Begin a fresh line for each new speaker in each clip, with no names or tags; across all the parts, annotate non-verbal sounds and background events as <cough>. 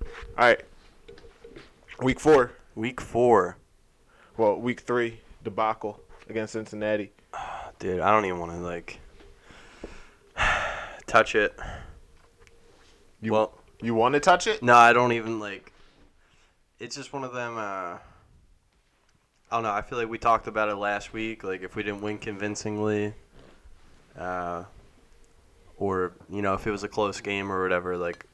All right. Week four.
Week four,
Well, week three debacle against Cincinnati.
dude. I don't even want to like <sighs> touch it.
You,
well,
you want to touch it?
no, I don't even like. It's just one of them. Uh, I don't know. I feel like we talked about it last week. Like if we didn't win convincingly, uh, or you know if it was a close game or whatever. Like,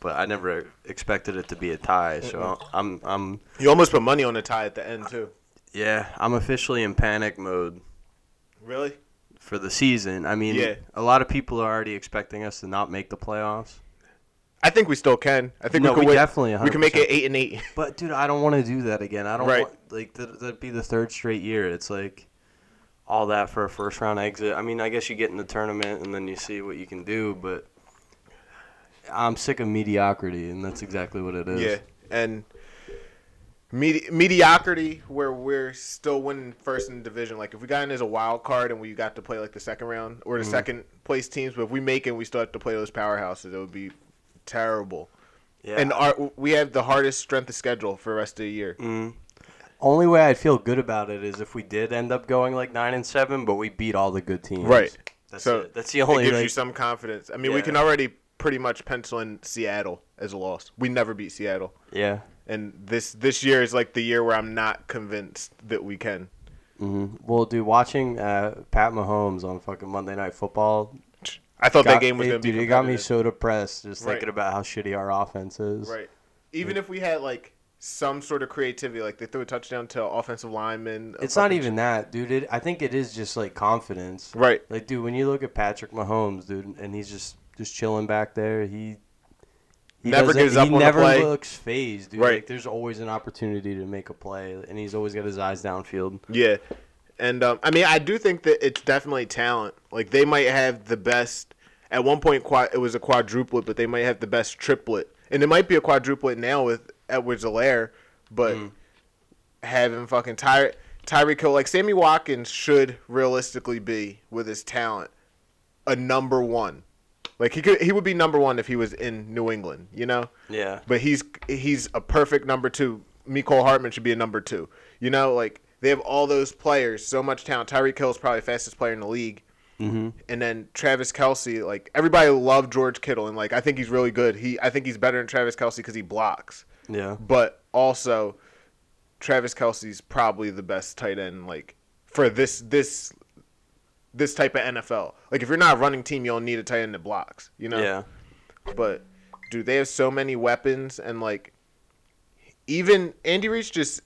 but I never expected it to be a tie. So I'm I'm
You almost put money on the tie at the end too.
yeah I'm officially in panic mode.
Really?
for the season. I mean,
Yeah.
a lot of people are already expecting us to not make the playoffs.
I think we still can. I think
No,
we can
we
win-
definitely
we can make it
100%.
eight and eight.
But dude, I don't want to do that again. I don't
Right.
want like that that'd be the third straight year. It's like all that for a first round exit. I mean, I guess you get in the tournament and then you see what you can do, but I'm sick of mediocrity and that's exactly what it is. <laughs>
Yeah, and medi- mediocrity where we're still winning first in the division. Like if we got in as a wild card and we got to play like the second round or the
Mm-hmm.
second place teams, but if we make it, we still have to play those powerhouses. It would be terrible.
Yeah.
And our we have the hardest strength of schedule for the rest of the year.
only way I'd feel good about it is if we did end up going like 9 and 7, but we beat all the good teams.
Right.
That's
So,
it. That's the
it
only
gives
like,
you some confidence. I mean, we
Yeah.
can already pretty much pencil in Seattle as a loss. We never beat Seattle,
yeah.
and this this year is like the year where I'm not convinced that we can.
Well, dude, watching uh, Pat Mahomes on fucking Monday Night Football,
I thought that
got-
game was
it-
going to be.
dude, it got me
competitive.
so depressed just
Right.
thinking about how shitty our offense is.
Right. Even if we had like some sort of creativity, like they threw a touchdown to offensive lineman. a
It's not
fucking-
even that, dude. It, I think it is just like confidence.
right.
Like, dude, when you look at Patrick Mahomes, dude, and he's just just chilling back there, he. He
Never
doesn't-
gives up
He
on a
never
play.
looks phased, dude.
Right.
Like, there's always an opportunity to make a play, and he's always got his eyes downfield.
Yeah, and um, I mean, I do think that it's definitely talent. Like they might have the best. At one point, qua- it was a quadruplet, but they might have the best triplet, and it might be a quadruplet now with Edwards Alaire, but having fucking Ty Tyreek Hill, like Sammy Watkins, should realistically be with his talent a number one. Like he could, he would be number one if he was in New England, you know.
Yeah.
But he's he's a perfect number two. Miko Hartman should be a number two. You know, like they have all those players, so much talent. Tyreek Hill is probably the fastest player in the league. Mm-hmm. And then Travis Kelsey, like everybody loved George Kittle, and like I think he's really good. He I think he's better than Travis Kelsey because he blocks,
Yeah.
but also Travis Kelsey's probably the best tight end like for this this this type of NFL. Like if you're not a running team, you don't need a tight end that blocks. You know
Yeah.
but dude, they have so many weapons and like even Andy Reid's just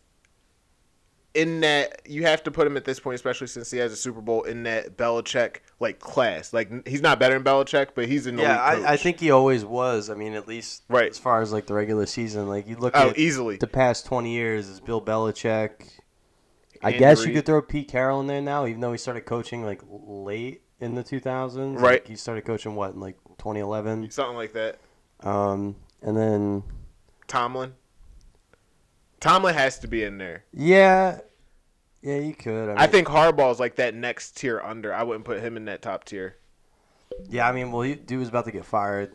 in that you have to put him at this point, especially since he has a Super Bowl in that Belichick like class. Like n- he's not better than Belichick, but he's an
Yeah,
elite coach.
I, I think he always was. I mean, at least
Right.
as far as like the regular season, like you look
Oh,
at
easily.
the past twenty years is Bill Belichick. I
Andy
guess you
Reid.
could throw Pete Carroll in there now, even though he started coaching like late in the two thousands.
Right.
he started coaching what in like twenty eleven.
something like that.
Um, and then
Tomlin. Tomlin has to be in there.
yeah, yeah, you could. I, mean,
I think Harbaugh's like that next tier under. I wouldn't put him in that top tier.
Yeah, I mean, well, he, dude was about to get fired.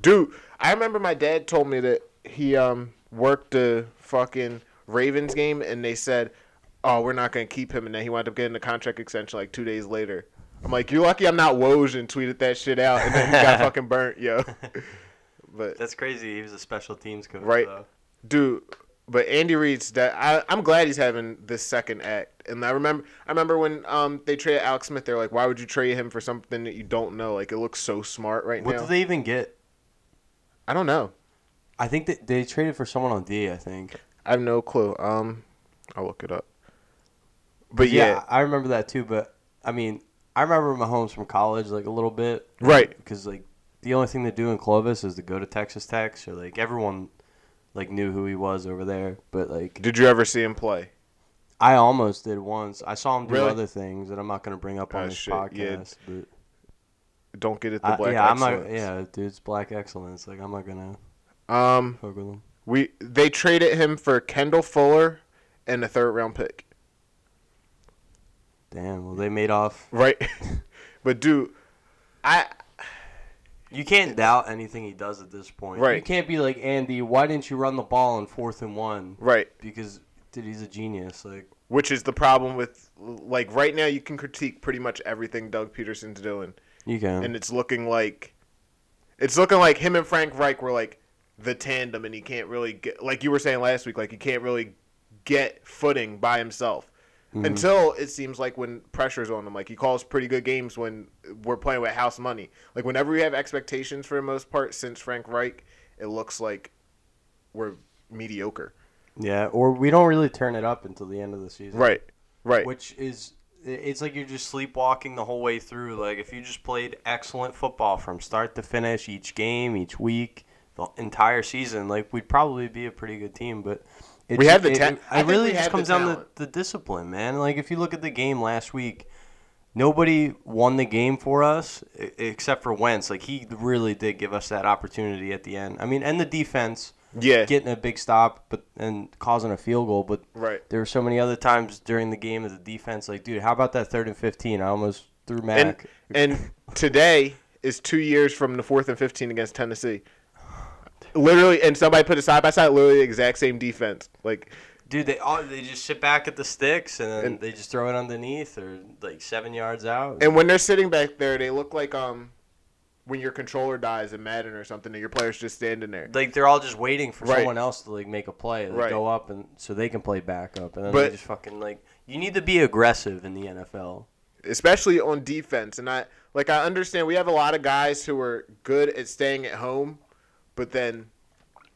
Dude, I remember my dad told me that he um worked the fucking Ravens game and they said, "Oh, we're not gonna keep him," and then he wound up getting the contract extension like two days later. I'm like, "You're lucky I'm not Woj," and tweeted that shit out, and then he
<laughs>
got fucking burnt, yo. But
That's crazy. He was a special teams coach.
Right. though. dude but andy reid's that I, i'm glad he's having this second act and i remember i remember when um they traded alex smith they're like why would you trade him for something that you don't know like it looks so smart right
What
now
did they even get?
i don't know
I think that they traded for someone on D. I think.
i have no clue um i'll look it up but
Yeah,
yeah,
I remember that too. But I mean, I remember Mahomes from college like a little bit,
right
Because like the only thing they do in Clovis is to go to Texas Tech, so like everyone like knew who he was over there. But like
did you ever see him play
I almost did once. I saw him do
Really?
other things that I'm not gonna bring up on
Oh,
this
shit, yeah.
podcast. But
don't get it the
I,
black
Uh, yeah, I'm not.
excellence.
Yeah, dude's black excellence. Like I'm not gonna
yeah um
fuck with him.
we they traded him for kendall fuller and a third round pick <laughs>
Damn. Well, they made off.
Right. but dude, I
You can't doubt anything he does at this point. You
Right.
can't be like Andy. Why didn't you run the ball on fourth and one?
Right.
Because dude, he's a genius. Like
Which is the problem with like right now you can critique pretty much everything Doug Peterson's doing.
you can.
and it's looking like it's looking like him and Frank Reich were like the tandem, and he can't really get like you were saying last week, like he can't really get footing by himself until it seems like when pressure's on him. Like he calls pretty good games when we're playing with house money. Like whenever we have expectations for the most part, since Frank Reich, it looks like we're mediocre.
yeah. Or we don't really turn it up until the end of the season.
Right. Right.
Which is it's like you're just sleepwalking the whole way through. Like if you just played excellent football from start to finish, each game, each week, the entire season, like we'd probably be a pretty good team. But it's,
We have the ta-
it,
I
it
think
really
we
just
have the
comes down to
talent.
the discipline, man. Like if you look at the game last week, nobody won the game for us e- except for Wentz. Like he really did give us that opportunity at the end. I mean, and the defense
yeah.
getting a big stop but and causing a field goal but
Right.
there were so many other times during the game that the defense like dude how about that third and 15 i almost threw
and
mac
and today is two years from the fourth and fifteen against Tennessee. Literally, and somebody put it side by side, literally the exact same defense. Like,
dude they all they just sit back at the sticks and then
And-
they just throw it underneath or like seven yards out
and when they're sitting back there, they look like um, when your controller dies in Madden or something, and your player's just standing there.
like they're all just waiting for
Right.
someone else to like make a play They
Right.
go up and so they can play back up and then they
But-
just fucking like you need to be aggressive in the nfl
especially on defense. And I like I understand we have a lot of guys who are good at staying at home, but then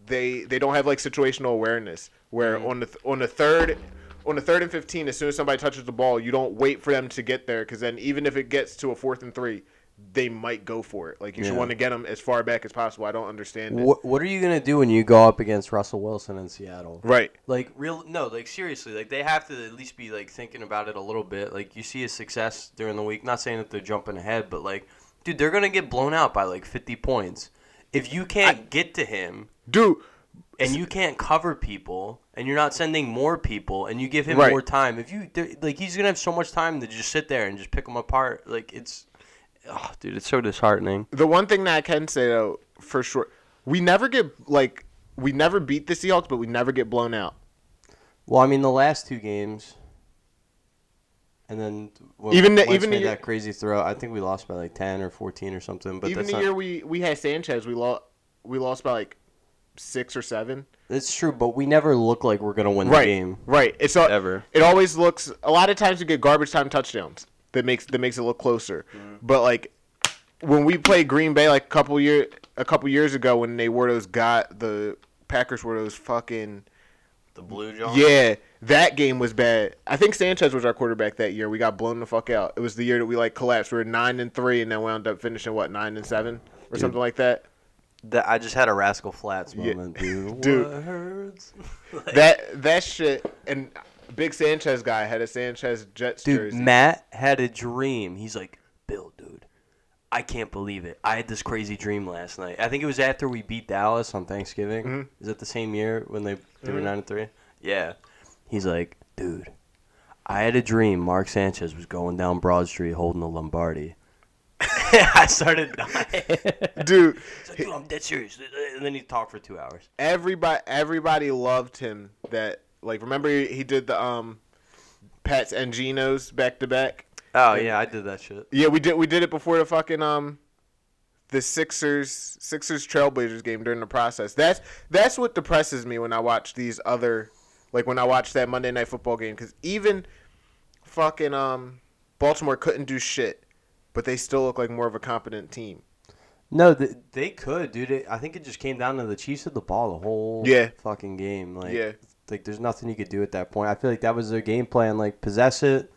they they don't have like situational awareness where on the th- on the third on the third and fifteen, as soon as somebody touches the ball, you don't wait for them to get there because then even if it gets to a fourth and three, they might go for it. Like you should
Yeah.
want to get them as far back as possible. I don't understand it.
what, what are you gonna do when you go up against russell wilson in seattle
Right.
Like real no, like seriously, like they have to at least be like thinking about it a little bit. Like you see a success during the week, not saying that they're jumping ahead, but like dude, they're going to get blown out by like 50 points. If you can't get to him
Dude,
and you can't cover people and you're not sending more people and you give him
Right.
more time, if you they're- like he's going to have so much time to just sit there and just pick them apart. Like it's oh, dude, it's so disheartening.
The one thing that I can say though, for sure, we never get like we never beat the Seahawks, but we never get blown out.
Well, I mean, the last two games and then when
Even the-
Wentz
even the
made
year-
that crazy throw, I think we lost by like 10 or 14 or something, but
Even
that's
the
not
year we, we had Sanchez, we lost we lost by like six or seven.
That's true, but we never look like we're going to win the game.
right. It's all,
Ever.
It always looks. A lot of times we get garbage time touchdowns that makes that makes it look closer. But like when we played Green Bay like a couple year a couple years ago when they were those got the Packers were those fucking
The Blue Jaws?
yeah that game was bad. I think Sanchez was our quarterback that year. We got blown the fuck out. It was the year that we like collapsed. We were nine and three and then wound up finishing what nine and seven or something like that.
That I just had a Rascal Flats moment, dude.
Dude.
Words.
that <laughs> that shit and big Sanchez guy had a Sanchez Jets
Dude,
jersey.
Matt had a dream. He's like, Bill, dude, I can't believe it. I had this crazy dream last night. I think it was after we beat Dallas on Thanksgiving. Is it the same year when they, they were 9 and 3? Yeah. He's like, dude, I had a dream Mark Sanchez was going down Broad Street holding a Lombardi. <laughs> I started dying.
Dude,
It's like, dude, I'm dead serious. And then he talked for two hours.
everybody everybody loved him. That like remember he he did the um Pats and Genos back to back.
Oh yeah, I did that shit.
Yeah, we did we did it before the fucking um the Sixers Sixers Trailblazers game during the process. That's that's what depresses me when I watch these other like when I watch that Monday Night Football game because even fucking um Baltimore couldn't do shit, but they still look like more of a competent team.
No, th- they could, dude. It, I think it just came down to the Chiefs had the ball the whole
Yeah.
fucking game. Like,
Yeah.
like there's nothing you could do at that point. I feel like that was their game plan. Like possess it.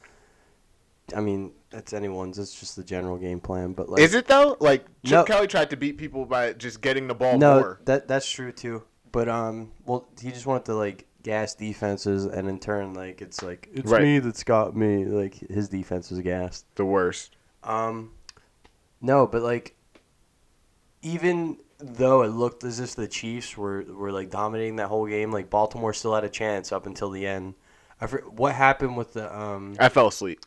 I mean, that's anyone's. It's just the general game plan. But like,
Is it though? Like Chip
No.
Kelly tried to beat people by just getting the ball
no,
more.
that that's true too. But um, well, he just wanted to like gas defenses, and in turn, like it's like it's
Right.
me that's got me. Like his defense was gassed.
The worst.
Um, no, but like, even though it looked as if the Chiefs were were like dominating that whole game, like Baltimore still had a chance up until the end. I for, what happened with the um?
I fell asleep.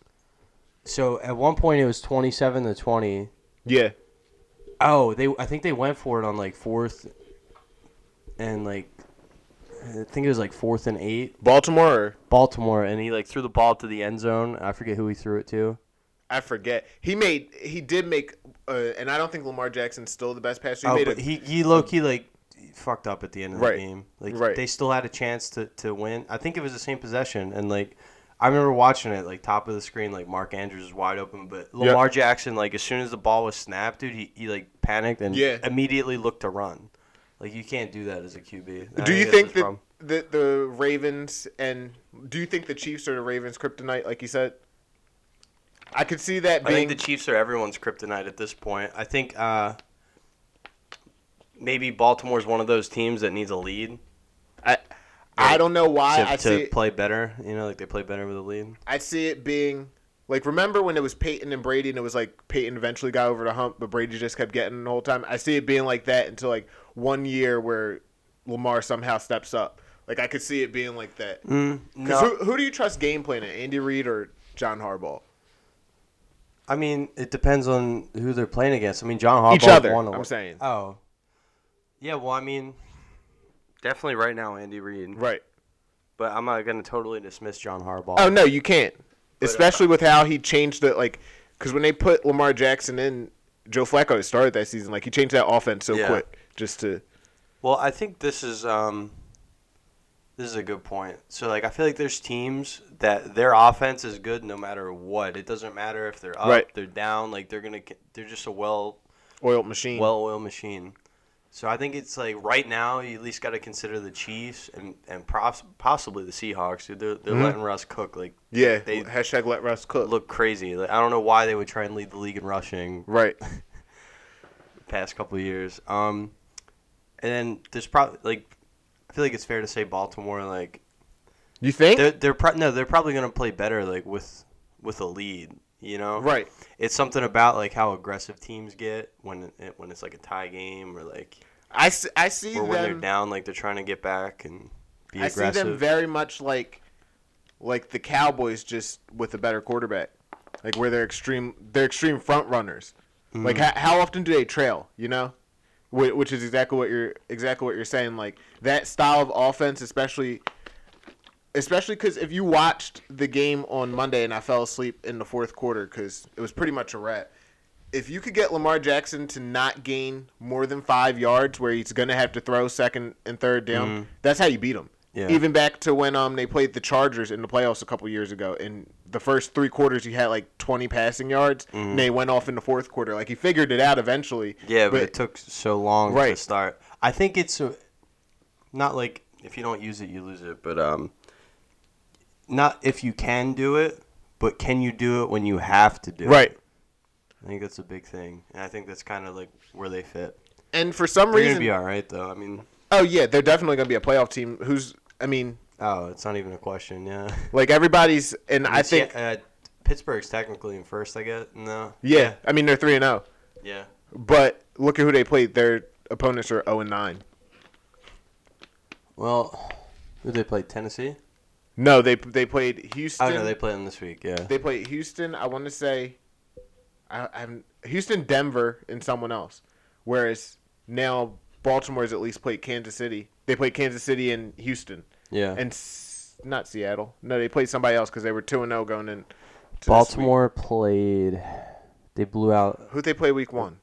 So at one point it was twenty seven to twenty,
Yeah.
Oh, they. I think they went for it on like fourth, and like, I think it was like fourth and eight,
Baltimore.
Baltimore, and he like threw the ball to the end zone. I forget who he threw it to.
I forget. He made. He did make. Uh, and I don't think Lamar Jackson's still the best passer. He
Oh,
made
but
a,
he he low key like fucked up at the end of
Right.
the game. Like
Right.
they still had a chance to to win. I think it was the same possession, and like I remember watching it like top of the screen, like Mark Andrews is wide open, but Lamar Jackson like as soon as the ball was snapped, dude, he, he like panicked and
Yeah.
immediately looked to run. Like you can't do that as a QB. I
do you
that's
think
his
that
problem.
the, the Ravens and do you think the Chiefs are the Ravens kryptonite? Like you said, I could see that
I
being.
think the Chiefs are everyone's kryptonite at this point. I think uh, maybe Baltimore's one of those teams that needs a lead
I, I don't know
to,
why I
to
see. it-
play better. You know, like they play better with a lead.
I see it being like remember when it was Peyton and Brady and it was like Peyton eventually got over the hump, but Brady just kept getting the whole time. I see it being like that until like one year where Lamar somehow steps up. Like I could see it being like that. Because
Mm, No,
who, who do you trust game planning, Andy Reid or John Harbaugh?
I mean it depends on who they're playing against. I mean John Harbaugh
Each other,
won a
I'm
lo-
saying.
Oh, yeah. Well, I mean, definitely right now Andy Reid,
Right.
but I'm not going to totally dismiss John Harbaugh.
Oh no, you can't.
uh,
Especially with how he changed it, like because when they put Lamar Jackson in, Joe Flacco started that season. Like he changed that offense so
Yeah.
quick just to
Well, I think this is um, this is a good point. So, like, I feel like there's teams that their offense is good no matter what. It doesn't matter if they're up,
Right.
they're down. Like, they're gonna, they're just a well,
oil machine.
well-oiled machine. So I think it's like right now you at least got to consider the Chiefs and and pros- possibly the Seahawks. Dude, they're they're letting Russ cook. Like,
yeah.
they-
hashtag let Russ cook.
look crazy. Like, I don't know why they would try and lead the league in rushing
right.
past couple of years. Um, and then there's probably like, I feel like it's fair to say Baltimore like
You think?
they're they're pro- no they're probably gonna play better like with with a lead you know
Right.
it's something about like how aggressive teams get when it, when it's like a tie game or like
I, s- I see
or when they're
them.
down like they're trying to get back and be
I see
aggressive
them very much like like the Cowboys, just with a better quarterback. Like where they're extreme, they're extreme front runners.
Mm-hmm.
Like how, how often do they trail? You know, Wh- which is exactly what you're exactly what you're saying. Like that style of offense, especially especially because if you watched the game on Monday and I fell asleep in the fourth quarter because it was pretty much a wrap. If you could get Lamar Jackson to not gain more than five yards, where he's gonna have to throw second and third down, that's how you beat him.
Mm-hmm. Yeah.
Even back to when um they played the Chargers in the playoffs a couple years ago, and the first three quarters he had like twenty passing yards,
Mm-hmm.
and they went off in the fourth quarter. Like he figured it out eventually.
yeah but, it took so long to
Right.
start I think it's a, not like if you don't use it you lose it but um not if you can do it but can you do it when you have to do it
right.
I think that's a big thing and I think that's kind of like where they fit
And for some
They're gonna
reason,
be all right, though. I mean,
oh yeah, they're definitely gonna be a playoff team. Who's I mean,
oh, it's not even a question. Yeah,
like everybody's, and I
<laughs> It's-
think
uh, Pittsburgh's technically in first. I guess no.
Yeah, I mean they're three and zero,
Yeah.
but look at who they played. Their opponents are zero and nine.
Well, who they played? Tennessee.
No, they they played Houston.
Oh no, they played them this week. Yeah.
they played Houston. I want to say, I, I'm Houston, Denver, and someone else. Whereas now Baltimore's at least played Kansas City. They played Kansas City and Houston,
yeah.
and s- not Seattle. No, they played somebody else because they were two and zero going in. to this week.
Baltimore played. They blew out.
Who they play week one?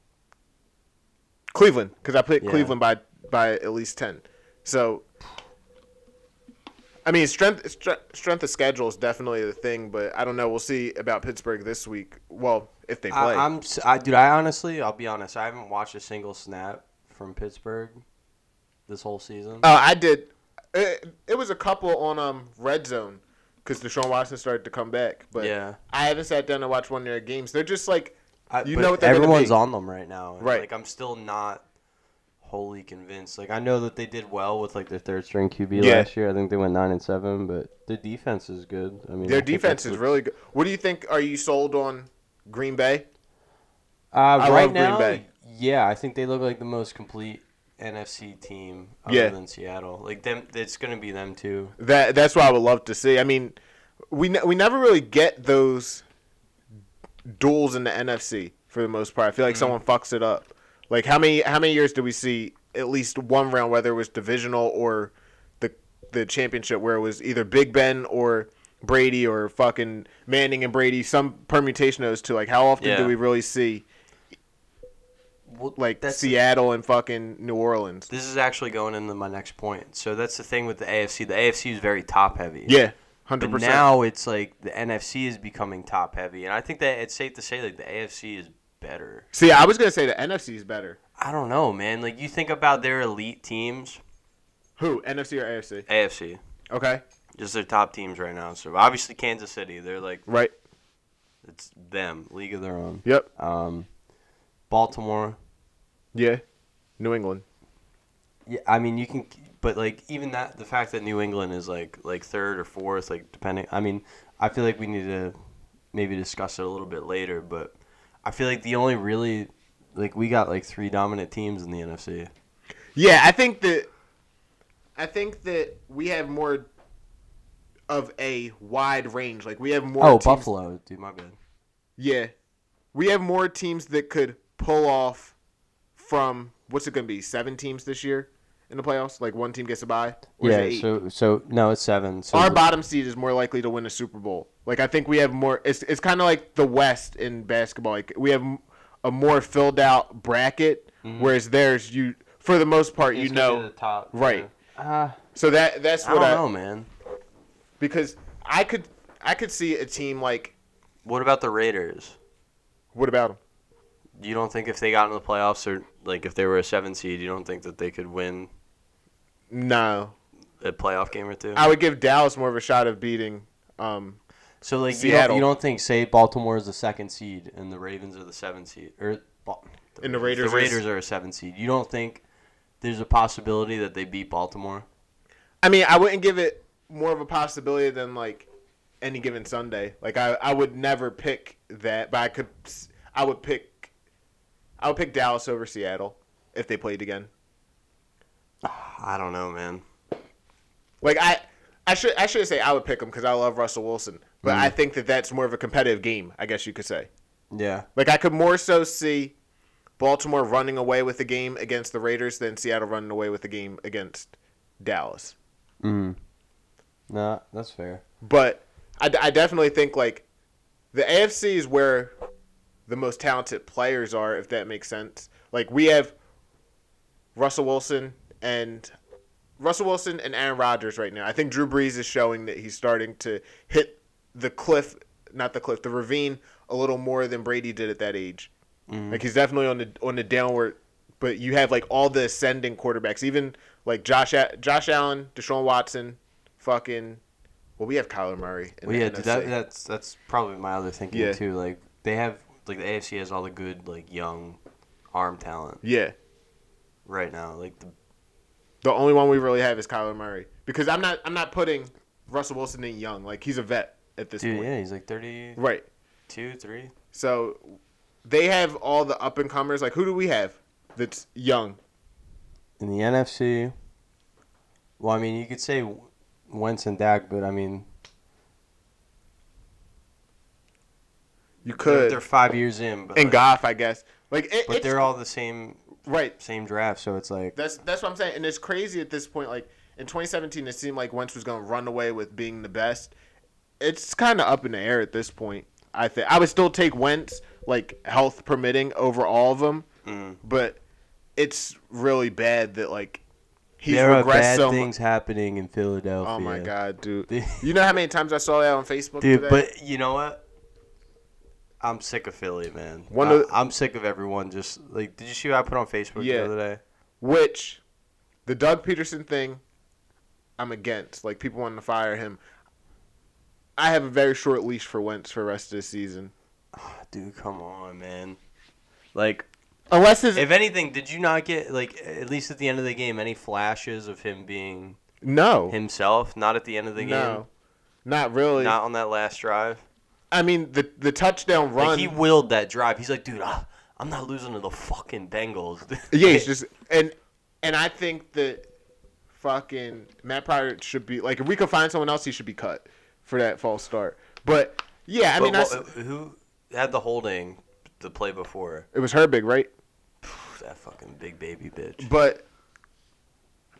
Cleveland, because I played
Yeah.
Cleveland by by at least ten. So, I mean, strength stre- strength of schedule is definitely the thing, but I don't know. We'll see about Pittsburgh this week. Well, if they play,
I, I'm, s- I, dude. I honestly, I'll be honest. I haven't watched a single snap from Pittsburgh this whole season.
Uh, I did. It, it was a couple on um red zone because Deshaun Watson started to come back, but
Yeah.
I haven't sat down and watched one of their games. They're just like
I,
you
but
know what they're gonna
everyone's
be.
on them right now. and,
Right.
Like I'm still not wholly convinced. Like I know that they did well with like their third string QB
Yeah.
last year. I think they went nine and seven, but their defense is good. I mean,
their
I think that's
defense is
what-
really good. What do you think? Are you sold on Green Bay?
Uh,
I
right
love Green
now,
Bay.
yeah, I think they look like the most complete NFC team other
Yeah.
than Seattle. Like them, it's gonna be them too.
That that's what I would love to see. I mean, we ne- we never really get
Mm-hmm.
those duels in the NFC for the most part. I feel like someone fucks it up. Like how many how many years do we see at least one round, whether it was divisional or the the championship, where it was either Big Ben or Brady or fucking Manning and Brady, some permutation of those two. Like how often
Yeah.
do we really see
Well,
like
that's the-
Seattle and fucking New Orleans?
This is actually going into my next point. So that's the thing with the AFC. The AFC is very top heavy.
Yeah, hundred
But
percent.
now it's like the NFC is becoming top heavy, and I think that it's safe to say like the AFC is better.
See, I was gonna say the NFC is better.
I don't know, man. Like you think about their elite teams,
Who NFC or AFC?
AFC,
Okay,
just their top teams right now. So obviously Kansas City, they're like
right.
it's them, league of their own.
Yep.
Um, Baltimore,
Yeah. New England.
yeah. I mean, you can, but like even that, the fact that New England is like like third or fourth, like depending. I mean, I feel like we need to maybe discuss it a little bit later, but I feel like the only really like we got like three dominant teams in the NFC.
Yeah, I think that I think that we have more of a wide range. Like we have more.
Oh,
teams-
Buffalo, dude, my bad.
Yeah, we have more teams that could pull off from what's it going to be? Seven teams this year in the playoffs. Like one team gets a bye. Or is it
Yeah,
eight?
so so no, it's seven. So
our bottom seed is more likely to win a Super Bowl. Like I think we have more. It's it's kind of like the West in basketball. Like we have m- a more filled out bracket, whereas theirs you for the most part you know
top,
right.
Uh,
So that that's
I don't
what I,
know, man.
because I could I could see a team like
What about the Raiders?
what about them?
You don't think if they got into the playoffs or like if they were a seven seed, you don't think that they could win
No,
a playoff game or two?
I would give Dallas more of a shot of beating. Um,
So like you don't,
Seattle.
you don't think say Baltimore is the second seed and the Ravens are the seven seed or Ba-
And the Raiders
the
are-
Raiders are a seven seed. You don't think there's a possibility that they beat Baltimore?
I mean, I wouldn't give it more of a possibility than like any given Sunday. Like I, I would never pick that, but I could I would pick I would pick Dallas over Seattle if they played again.
I don't know, man.
Like I. I should I should say I would pick them because I love Russell Wilson, but I think that that's more of a competitive game. I guess you could say.
Yeah.
Like I could more so see Baltimore running away with the game against the Raiders than Seattle running away with the game against Dallas.
Mm. Nah, that's fair.
But I, I definitely think like the AFC is where the most talented players are, if that makes sense. Like we have Russell Wilson and Russell Wilson and Aaron Rodgers right now. I think Drew Brees is showing that he's starting to hit the cliff, not the cliff, the ravine a little more than Brady did at that age.
Mm-hmm.
Like he's definitely on the on the downward. But you have like all the ascending quarterbacks, even like Josh A- Josh Allen, Deshaun Watson, fucking. Well, we have Kyler Murray. in
Well,
the
yeah, dude, that,
NFC.
that's that's probably my other thinking
Yeah.
too. Like they have like the AFC has all the good like young arm talent
yeah.
right now. Like the,
The only one we really have is Kyler Murray because I'm not I'm not putting Russell Wilson in young. Like he's a vet at this
dude,
point.
yeah, he's like 32,
Right.
3.
So they have all the up and comers. Like who do we have that's young?
in the NFC. Well, I mean, you could say Wentz and Dak, but I mean,
You
they're,
could
they're five years in, but
and
like-
Goff, I guess. Like it,
but
it's-
they're all the same
right.
same draft, so it's like
That's that's what I'm saying. And it's crazy at this point. Like in 2017, it seemed like Wentz was going to run away with being the best. It's kind of up in the air at this point. I think I would still take Wentz, like health permitting, over all of them. But it's really bad that like he's
there are
regressed
bad
so much.
things happening in Philadelphia.
Oh my god, dude!
<laughs> Dude.
you know how many times I saw that on Facebook
dude!
today?
But you know what? I'm sick of Philly, man.
One
I,
of the-
I'm sick of everyone. Just like, did you see what I put on Facebook
Yeah.
the other day?
Which the Doug Peterson thing, I'm against. Like people wanting to fire him. I have a very short leash for Wentz for the rest of the season.
Dude, come on, man. Like,
Unless it's
if anything, did you not get like at least at the end of the game any flashes of him being
no,
himself? Not at the end of the game.
no, not really.
Not on that last drive.
I mean the the touchdown run.
Like he willed that drive. He's like, dude, ah, I'm not losing to the fucking Bengals.
yeah,
<laughs>
it's just and and I think that fucking Matt Pryor should be like if we could find someone else, he should be cut for that false start. But yeah, I
But
mean that's
wha- who had the holding the play before?
it was Herbig, right?
that fucking big baby bitch.
But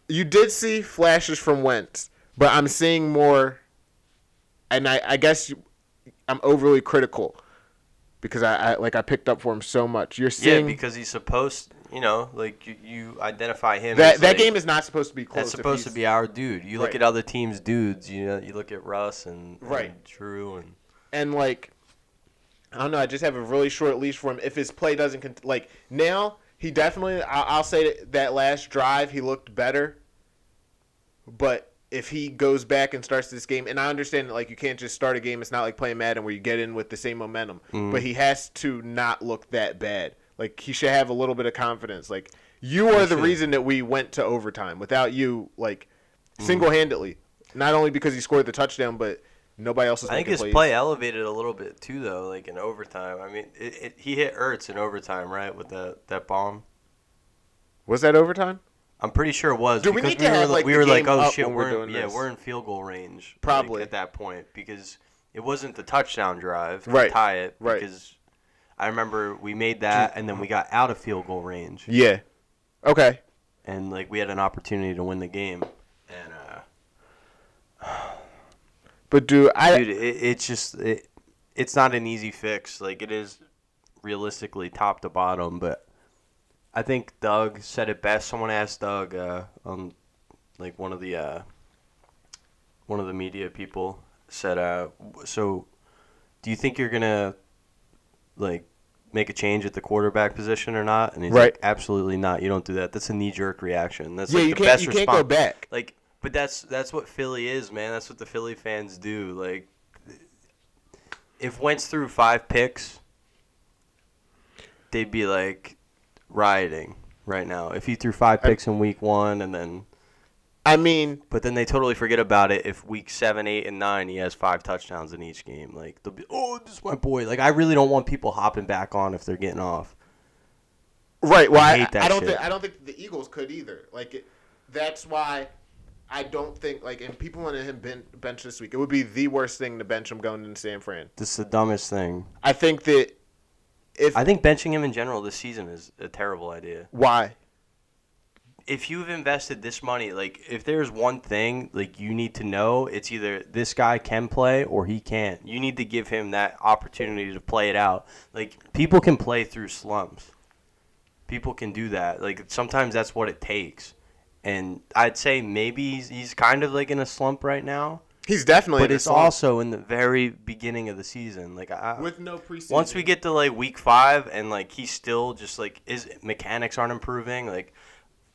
you did see flashes from Wentz, but I'm seeing more, and I, I guess you, I'm overly critical because I, I like I picked up for him so much. You're
Yeah,
seeing
because he's supposed, you know, like you, you identify him.
that
as,
that
like,
game is not supposed to be close.
That's
if
supposed to
he's-
be our dude. You look
Right.
at other teams' dudes. You know, you look at Russ and, and
Right.
Drew and
and like I don't know. I just have a really short leash for him. If his play doesn't cont- like now, he definitely. I- I'll say that, that last drive he looked better, but if he goes back and starts this game, and I understand that like you can't just start a game. It's not like playing Madden where you get in with the same momentum.
Mm.
But he has to not look that bad. Like he should have a little bit of confidence. Like you are the
should.
reason that we went to overtime. Without you, like
Mm.
single handedly, not only because he scored the touchdown, but nobody else is.
I think
making
his
plays.
play elevated a little bit too, though. Like in overtime, I mean, it, it, he hit Ertz in overtime, right, with that that bomb.
Was that overtime?
I'm pretty sure it was.
Do we
because
need to have, like,
we
the
were like,
game
oh
up
shit,
when
we're,
we're
in,
doing
yeah,
this?
we're in field goal range like,
Probably.
at that point because it wasn't the touchdown drive
Right.
to tie it
Right.
because I remember we made that and then we got out of field goal range
Yeah. Okay.
and like we had an opportunity to win the game and uh,
But do I
dude, it, it's just it, it's not an easy fix. Like it is realistically top to bottom, but I think Doug said it best. Someone asked Doug uh, on like one of the uh, one of the media people said, uh, w- "So, do you think you're gonna like make a change at the quarterback position or not?" And he's
Right.
like, "Absolutely not. You don't do that. That's a knee jerk reaction. That's
Yeah,
like
you
the
can't-
best
you can't
response.
go back.
Like, but that's that's what Philly is, man. That's what the Philly fans do. Like, if Wentz threw five picks, they'd be like rioting right now. If he threw five picks in week one, and then
I mean
but then they totally forget about it. If week seven, eight, and nine, he has five touchdowns in each game, like they'll be, oh, this is my boy. Like I really don't want people hopping back on if they're getting off.
right, well
I
I,
hate that
I don't
shit.
think I don't think the Eagles could either. Like it, that's why I don't think like and people wanted him ben, bench this week. It would be the worst thing to bench him going into San Fran.
This is the dumbest thing.
I think that if
I think benching him in general this season is a terrible idea.
why?
if you've invested this money, like if there's one thing like you need to know, it's either this guy can play or he can't. You need to give him that opportunity to play it out. Like people can play through slumps. People can do that. Like sometimes that's what it takes. And I'd say maybe he's, he's kind of like in a slump right now,
He's definitely
but
in a
it's
slump
also in the very beginning of the season. Like I,
with no preseason.
once we get to like week five and like he's still just like his mechanics aren't improving like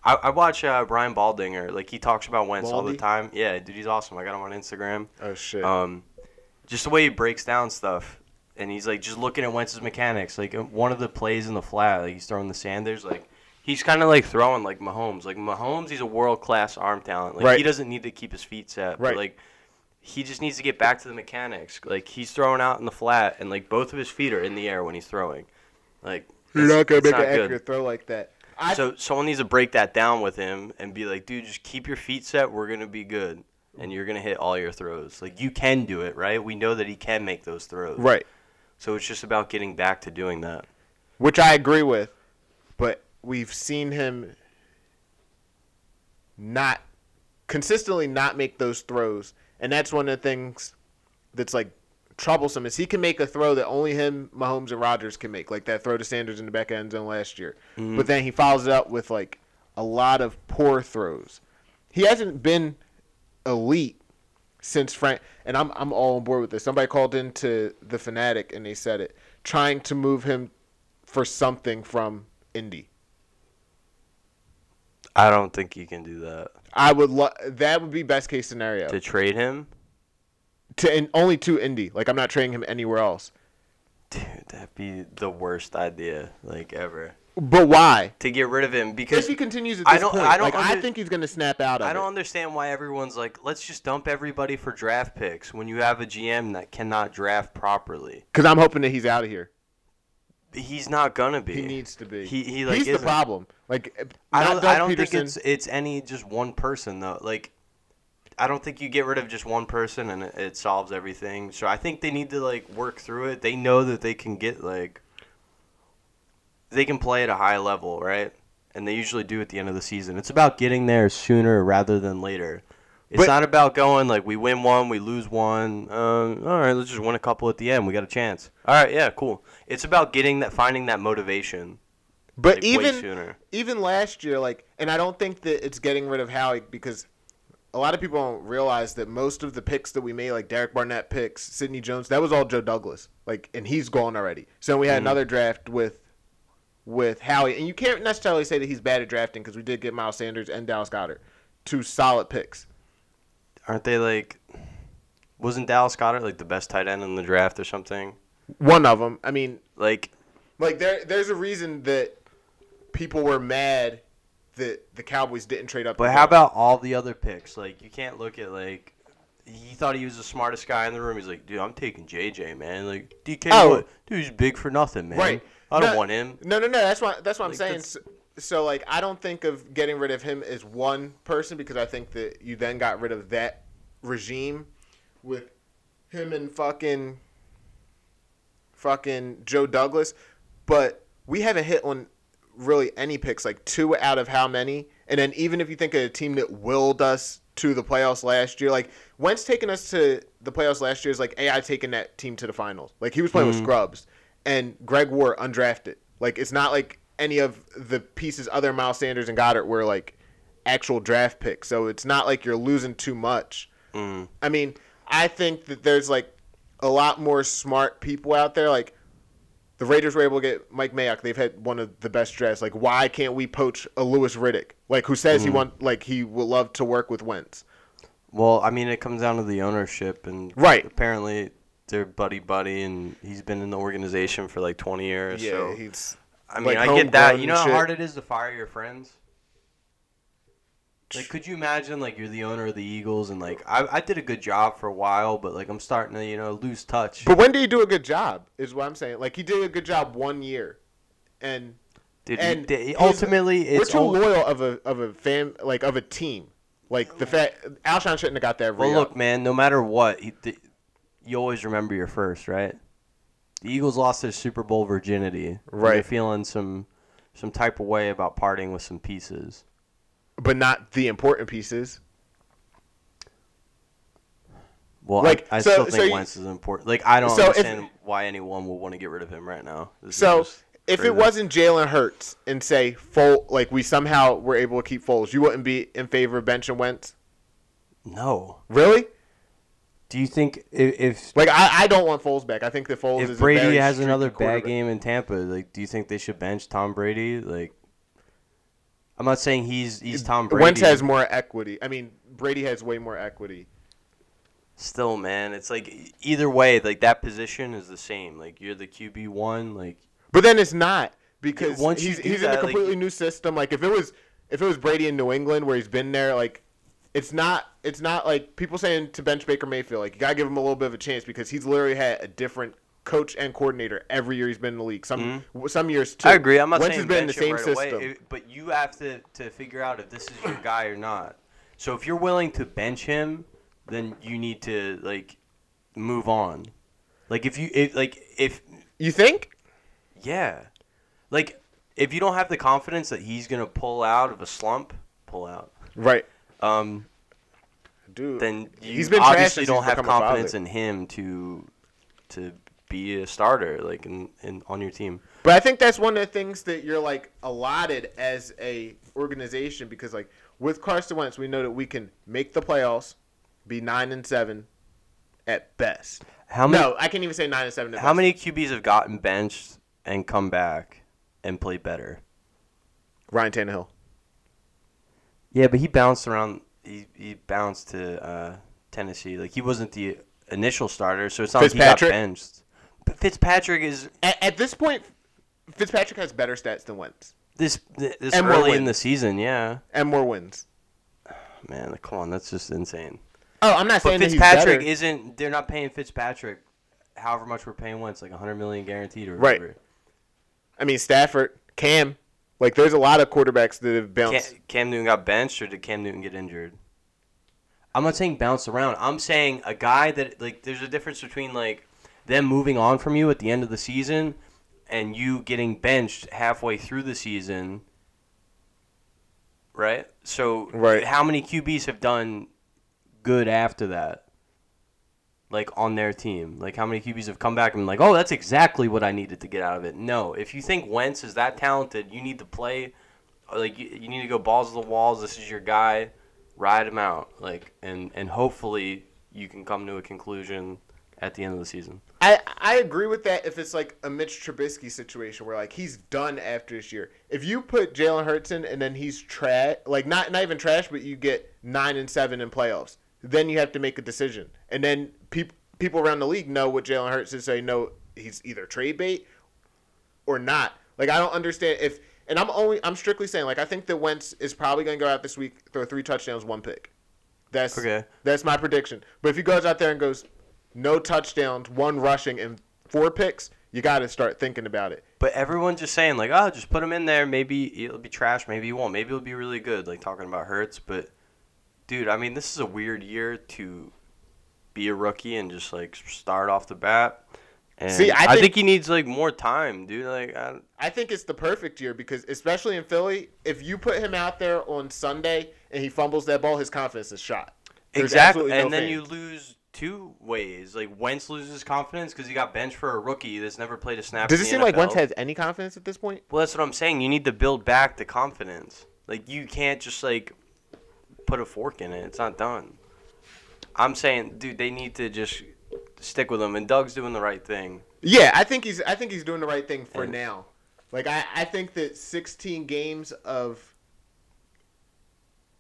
i, I watch uh, brian baldinger like he talks about wentz all the
Baldy?
time yeah dude he's awesome i got him on instagram
Oh shit.
um just the way he breaks down stuff and he's like just looking at wentz's mechanics like uh, one of the plays in the flat like he's throwing the sanders like He's kind of like throwing like Mahomes. Like Mahomes, he's a world class arm talent. Like
Right.
he doesn't need to keep his feet set. But
Right.
like he just needs to get back to the mechanics. Like he's throwing out in the flat, and like both of his feet are in the air when he's throwing. Like
You're
it's-
not gonna
it's
make an
good.
accurate throw like that. I
So someone needs to break that down with him and be like, dude, just keep your feet set. We're gonna be good, and you're gonna hit all your throws. Like you can do it, right? We know that he can make those throws.
right.
So it's just about getting back to doing that.
which I agree with, but we've seen him not consistently not make those throws, and that's one of the things that's like troublesome is he can make a throw that only him, Mahomes, and Rodgers can make, like that throw to Sanders in the back end zone last year. But then he follows it up with like a lot of poor throws. He hasn't been elite since Frank and I'm I'm all on board with this. Somebody called into the fanatic and they said it, trying to move him for something from Indy.
I don't think you can do that
I would lo- that would be best case scenario
to
to,
trade him,
and only to Indy. Like I'm not trading him anywhere else.
dude. That'd be the worst idea like ever
But why?
to get rid of him
If
because
he continues at
I
this
don't-
point,
I don't
like, I
under-
think he's going to snap out of
I don't
it.
understand why everyone's like, let's just dump everybody for draft picks when you have a GM that cannot draft properly.
Because I'm hoping that he's out of here.
He's not gonna be.
He needs to be.
He he like
he's the
isn't.
problem. Like
I
not
don't
Doug
I don't
Peterson.
think it's it's any just one person though. Like I don't think you get rid of just one person and it, it solves everything. So I think they need to like work through it. They know that they can get like they can play at a high level, right? and they usually do at the end of the season. It's about getting there sooner rather than later. It's
But-
not about going like we win one, we lose one. Um, all right, let's just win a couple at the end. We got a chance. All right, yeah, cool. It's about getting that, finding that motivation.
But
like, way
even
sooner.
even last year, like, and I don't think that it's getting rid of Howie because a lot of people don't realize that most of the picks that we made, like Derek Barnett picks, Sidney Jones, that was all Joe Douglas, like, and he's gone already. So we had
Mm-hmm.
another draft with with Howie, and you can't necessarily say that he's bad at drafting because we did get Miles Sanders and Dallas Goddard, two solid picks.
Aren't they like? Wasn't Dallas Goddard like the best tight end in the draft or something?
One of them, I mean,
Like
Like there, there's a reason that people were mad that the Cowboys didn't trade up.
But how about all the other picks? Like you can't look at like he thought he was the smartest guy in the room. He's like, dude, I'm taking JJ, man. Like DK,
Oh.
what? dude, he's big for nothing, man.
right?
I don't
No-
want him.
No, no, no. That's why. That's what I'm
Like,
saying.
that's-
So, so like, I don't think of getting rid of him as one person because I think that you then got rid of that regime with him and fucking fucking Joe Douglas. But we haven't hit on really any picks, like two out of how many? And then even if you think of a team that willed us to the playoffs last year, like Wentz taking us to the playoffs last year is like AI taking that team to the finals. Like he was playing with scrubs, and Greg Ward undrafted. Like it's not like any of the pieces other than Miles Sanders and Goddard were like actual draft picks. So it's not like you're losing too much. I mean, I think that there's like a lot more smart people out there. Like the Raiders were able to get Mike Mayock. They've had one of the best drafts. Like, why can't we poach a Lewis Riddick? Like, who says he
Mm-hmm.
want like he would love to work with Wentz?
Well, I mean, it comes down to the ownership and
Right.
Apparently, they're buddy buddy, and he's been in the organization for like 20 years. so
he's.
I mean,
like,
I get that.
homegrown
You know how
shit.
hard it is to fire your friends. Like, could you imagine like you're the owner of the Eagles and like I, I did a good job for a while, but like I'm starting to you know lose touch.
But when did he do a good job? Is what I'm saying. Like, he did a good job one year, and
Dude,
and
you- they-
he's-
ultimately,
we're
it's
too
all-
loyal of a of a fam like of a team. Like the fact Alshon shouldn't have got that.
Oh. well.
re-up.
Look, man, no matter what, you, th- you always remember your first, right? The Eagles lost their Super Bowl virginity. and They're
Right.
feeling some some type of way about parting with some pieces.
but not the important pieces.
Well, I-
Like,
I,
so-
still
so
think
you-
Wentz is important. Like, I don't
So if-
understand why anyone would want to get rid of him right now. This is
So
just
if
crazy.
it wasn't Jalen Hurts and say Fol like we somehow were able to keep Foles, you wouldn't be in favor of bench and Wentz,
no,
really?
do you think if if,
Like I, I don't want Foles back. I think that Foles
if
is a
Brady
very
has
streaky
another bad
quarterback.
game in Tampa, like, do you think they should bench Tom Brady? Like, I'm not saying he's he's Tom Brady.
Wentz has more equity. I mean, Brady has way more equity.
Still, man, it's like e- either way, like that position is the same. Like you're the QB one, like
But then it's not because
Yeah, once you
he's,
do
he's in
that,
a
like-
completely new system. Like if it was if it was Brady in New England where he's been there, like it's not it's not like people saying to bench Baker Mayfield like you gotta give him a little bit of a chance because he's literally had a different coach and coordinator every year he's been in the league. Some w- some years too.
Mm-hmm. I agree. I'm not
Wentz has
saying
been in the
bench
same
him right
system.
away, it- but you have to, to figure out if this is your guy or not. So if you're willing to bench him, then you need to like move on. Like if you if, like if
you think?
yeah, like if you don't have the confidence that he's gonna pull out of a slump, pull out.
Right,
Um,
dude.
then you
He's been trash
obviously
since
don't
he's
have
become a father.
confidence in him to to be a starter like in, in on your team.
But I think that's one of the things that you're like allotted as a organization because like with Carson Wentz, we know that we can make the playoffs, be nine and seven, at best.
How many
No, I can't even say nine and seven. At
how
best.
many QBs have gotten benched and come back and play better?
Ryan Tannehill.
Yeah, but he bounced around. He, he bounced to uh, Tennessee. Like he wasn't the initial starter, so it's not like he got
Fitzpatrick?
benched. But Fitzpatrick is
At, at this point, Fitzpatrick has better stats than Wentz
this this
And more
early in
wins.
the season. Yeah,
and more wins.
man, come on, that's just insane.
Oh, I'm not
But
saying that he's
Fitzpatrick
better.
isn't. They're not paying Fitzpatrick, however much we're paying Wentz, like 100 million guaranteed or
Right.
whatever.
I mean Stafford, Cam. Like there's a lot of quarterbacks that have
Cam,
bounced.
Cam Newton got benched, or did Cam Newton get injured? I'm not saying bounce around. I'm saying a guy that like there's a difference between like them moving on from you at the end of the season and you getting benched halfway through the season right? So
Right.
how many QBs have done good after that? Like on their team, like how many QBs have come back and been like, oh, that's exactly what I needed to get out of it. No, if you think Wentz is that talented, you need to play, like you, you need to go balls to the walls. This is your guy, ride him out, like and and hopefully you can come to a conclusion at the end of the season.
I, I agree with that if it's like a Mitch Trubisky situation where like he's done after this year. If you put Jalen Hurts in and then he's trash, like not not even trash, but you get nine and seven in playoffs, then you have to make a decision. And then peop people around the league know what Jalen Hurts is, so they know he's either trade bait or not. Like I don't understand if, and I'm only I'm strictly saying like I think that Wentz is probably going to go out this week throw three touchdowns, one pick. That's
Okay.
That's my prediction. But if he goes out there and goes no touchdowns, one rushing, and four picks, you got to start thinking about it.
But everyone's just saying like, oh, just put him in there. Maybe it'll be trash. Maybe it won't. Maybe it'll be really good. Like talking about Hurts, but dude, I mean, this is a weird year to be a rookie and just like start off the bat. And
See, I
I,
think-
think, he needs like more time, dude. Like, I,
I think it's the perfect year because, especially in Philly, if you put him out there on Sunday and he fumbles that ball, his confidence is shot. There's
exactly.
absolutely no
and then
fan.
you lose two ways. Like Wentz loses confidence because he got benched for a rookie that's never played a snap.
Does
in
it
the
seem like
NFL.
Wentz has any confidence at this point?
Well, that's what I'm saying. You need to build back the confidence. Like you can't just like put a fork in it. It's not done. I'm saying, dude, they need to just stick with them. And Doug's doing the right thing.
Yeah, I think he's I think he's doing the right thing for
And-
now. Like I, I think that 16 games of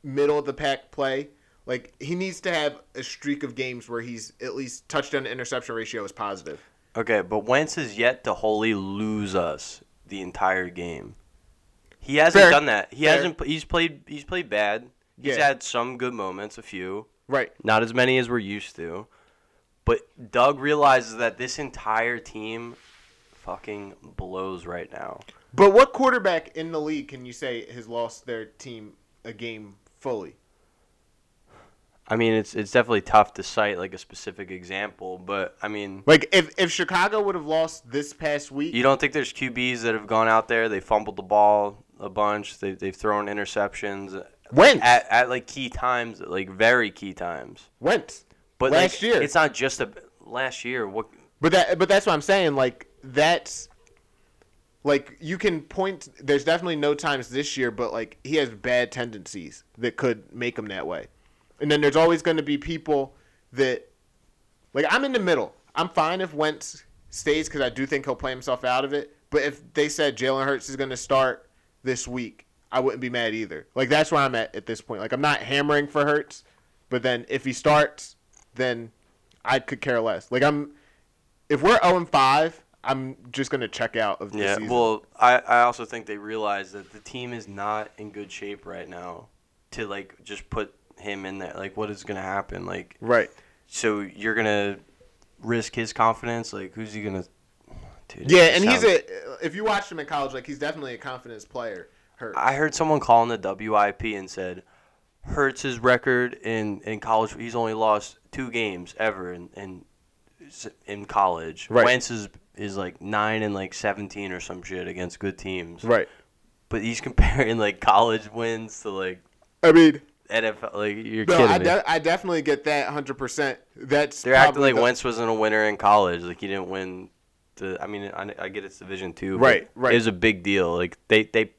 middle of the pack play, like he needs to have a streak of games where he's at least touchdown to interception ratio is positive.
Okay, but Wentz is yet to wholly lose us the entire game. He hasn't
Fair.
done that. He
Fair.
hasn't. pl- He's played. He's played bad. He's
Yeah.
had some good moments, a few.
Right.
not as many as we're used to. But Doug realizes that this entire team fucking blows right now.
But what quarterback in the league can you say has lost their team a game fully?
I mean, it's it's definitely tough to cite like a specific example, but I mean,
Like if if Chicago would have lost this past week,
you don't think there's QBs that have gone out there, they fumbled the ball a bunch, they they've thrown interceptions
Wentz,
at, at like key times, like very key times.
Wentz.
But
last
like,
year,
it's not just a last year. What
But that, but that's what I'm saying. Like that's, like you can point. There's definitely no times this year, but like he has bad tendencies that could make him that way. And then there's always going to be people that, like I'm in the middle. I'm fine if Wentz stays because I do think he'll play himself out of it. But if they said Jalen Hurts is going to start this week, I wouldn't be mad either. Like that's where I'm at at this point. Like I'm not hammering for Hurts, but then if he starts, then I could care less. Like I'm if we're 0 and 5, I'm just going to check out of this
Yeah,
season.
well, I, I also think they realize that the team is not in good shape right now to like just put him in there. Like, what is gonna happen? Like,
right.
so you're gonna risk his confidence? Like, who's he gonna? <sighs> Dude,
Yeah,
it
and he's
sounds-
a if you watched him in college like he's definitely a confidence player. Hurt.
I heard someone calling the WIP and said, Hertz's record in in college, he's only lost two games ever in in, in college.
Right.
Wentz is is like nine and like seventeen or some shit against good teams.
right.
But he's <laughs> comparing like college wins to like
I mean,
NFL. Like you're
no,
kidding
I,
me.
de- I definitely get that 100%. That's
They're acting
probably
like
the-
Wentz wasn't a winner in college. Like he didn't win. The I mean, I, I get it's Division two. but
Right, right.
It was a big deal. Like they they,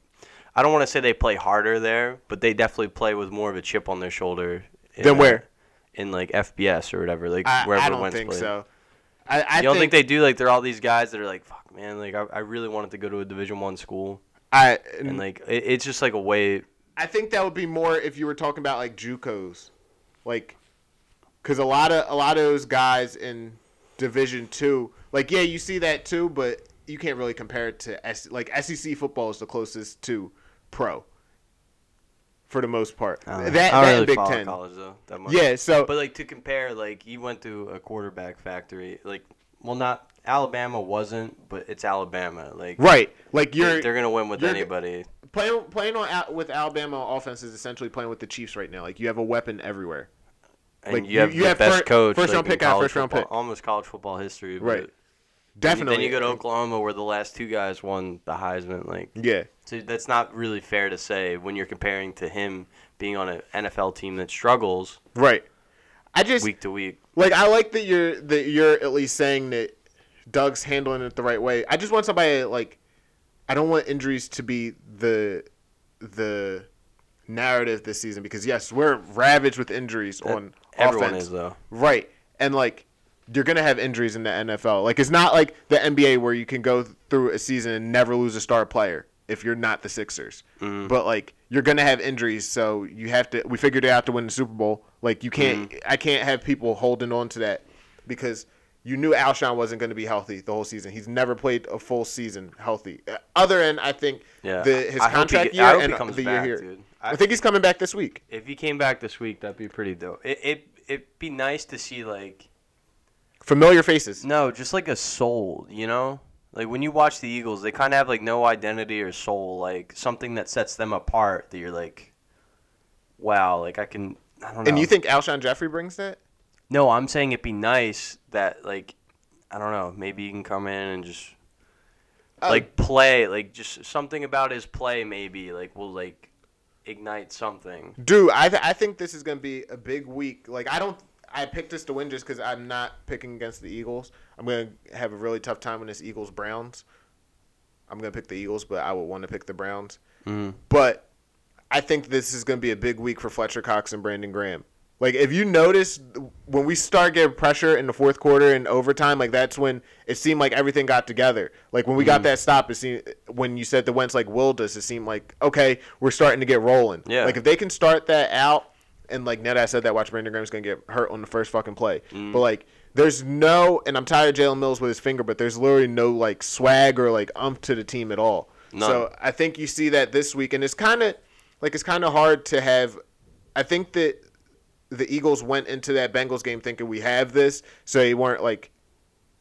I don't want to say they play harder there, but they definitely play with more of a chip on their shoulder. in,
Than
uh,
where?
In like FBS or whatever, like
I,
wherever
I don't
Wentz
think
played.
so. I, I
You don't think, they do? Like they're all these guys that are like, fuck, man. Like I, I really wanted to go to a Division one school,
I
and like it, it's just like a way.
I think that would be more if you were talking about like JUCOs, like, because a lot of a lot of those guys in Division Two, like yeah, you see that too, but you can't really compare it to S- like SEC football is the closest to pro, for the most part.
Oh, I don't know.
that
I don't
that and
really
Big
follow
Ten,
college though that much.
yeah. So
But like to compare, like you went to a quarterback factory. Like, well, not Alabama wasn't, but it's Alabama. Like,
right, like
they-
you're
they're gonna win with
you're-
anybody.
playing playing on, Al- with Alabama on offense is essentially playing with the Chiefs right now. Like you have a weapon everywhere.
And
like,
you have
you- you
the
have
best
fir-
coach.
first
like,
round
in
pick out of
college
first round
football-
pick.
Almost college football history. But
Right. Definitely.
Then you go to Oklahoma, where the last two guys won the Heisman. Like,
yeah.
so that's not really fair to say when you're comparing to him being on an NFL team that struggles
Right. I just
week to week.
like I like that you're that you're at least saying that Doug's handling it the right way. I just want somebody like I don't want injuries to be the the narrative this season because yes, we're ravaged with injuries on
Everyone
offense.
is though.
Right. And like you're going to have injuries in the NFL. Like it's not like the NBA where you can go th- through a season and never lose a star player if you're not the Sixers.
Mm.
But like you're going to have injuries, so you have to we figured it out to win the Super Bowl. Like you can't
Mm.
I can't have people holding on to that because you knew Alshon wasn't going to be healthy the whole season. He's never played a full season healthy. Uh, Other than I think
Yeah.
the his
I hope he
contract
get- I
year
hope he
and uh,
comes
the
back,
year here.
dude. I-
I, think he's coming back this week.
If he came back this week, that'd be pretty dope. It it it'd be nice to see like
Familiar faces.
no, just like a soul, you know. Like when you watch the Eagles, they kind of have like no identity or soul, like something that sets them apart. That you're like, wow, like I can. I don't know.
And you think Alshon Jeffrey brings that?
No, I'm saying it'd be nice that like I don't know, maybe you can come in and just
Uh,
like play, like just something about his play maybe like will like ignite something.
Dude, I, th- I think this is going to be a big week. Like, I don't. I picked this to win just because I'm not picking against the Eagles. I'm going to have a really tough time when it's Eagles Browns. I'm going to pick the Eagles, but I would want to pick the Browns.
Mm-hmm.
But I think this is going to be a big week for Fletcher Cox and Brandon Graham. Like, if you notice, when we start getting pressure in the fourth quarter and overtime, like, that's when it seemed like everything got together. Like, when we
Mm-hmm.
got that stop, it seemed, when you said the Wentz, like, will does, it seemed like, okay, we're starting to get rolling.
Yeah.
Like, if they can start that out, and, like, now that I said that, watch Brandon Graham's going to get hurt on the first fucking play. But, like, there's no, and I'm tired of Jalen Mills with his finger, but there's literally no, like, swag or, like, umph to the team at all.
None.
So I think you see that this week, and it's kind of like it's kind of hard to have. I think that the Eagles went into that Bengals game thinking we have this, so they weren't like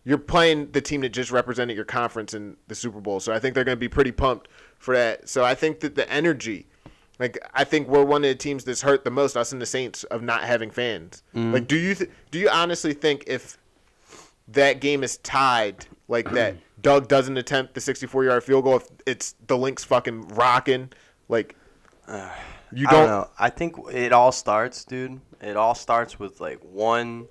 you're playing the team that just represented your conference in the Super Bowl. So I think they're going to be pretty pumped for that. So I think that the energy, like I think we're one of the teams that's hurt the most, us and the Saints, of not having fans.
Mm-hmm.
Like, do you th- do you honestly think if that game is tied like
<clears throat>
that. Doug doesn't attempt the 64 yard field goal. If it's the Lynx fucking rocking, like you
Uh, I don't
don't.
know. I think it all starts, dude. It all starts with like one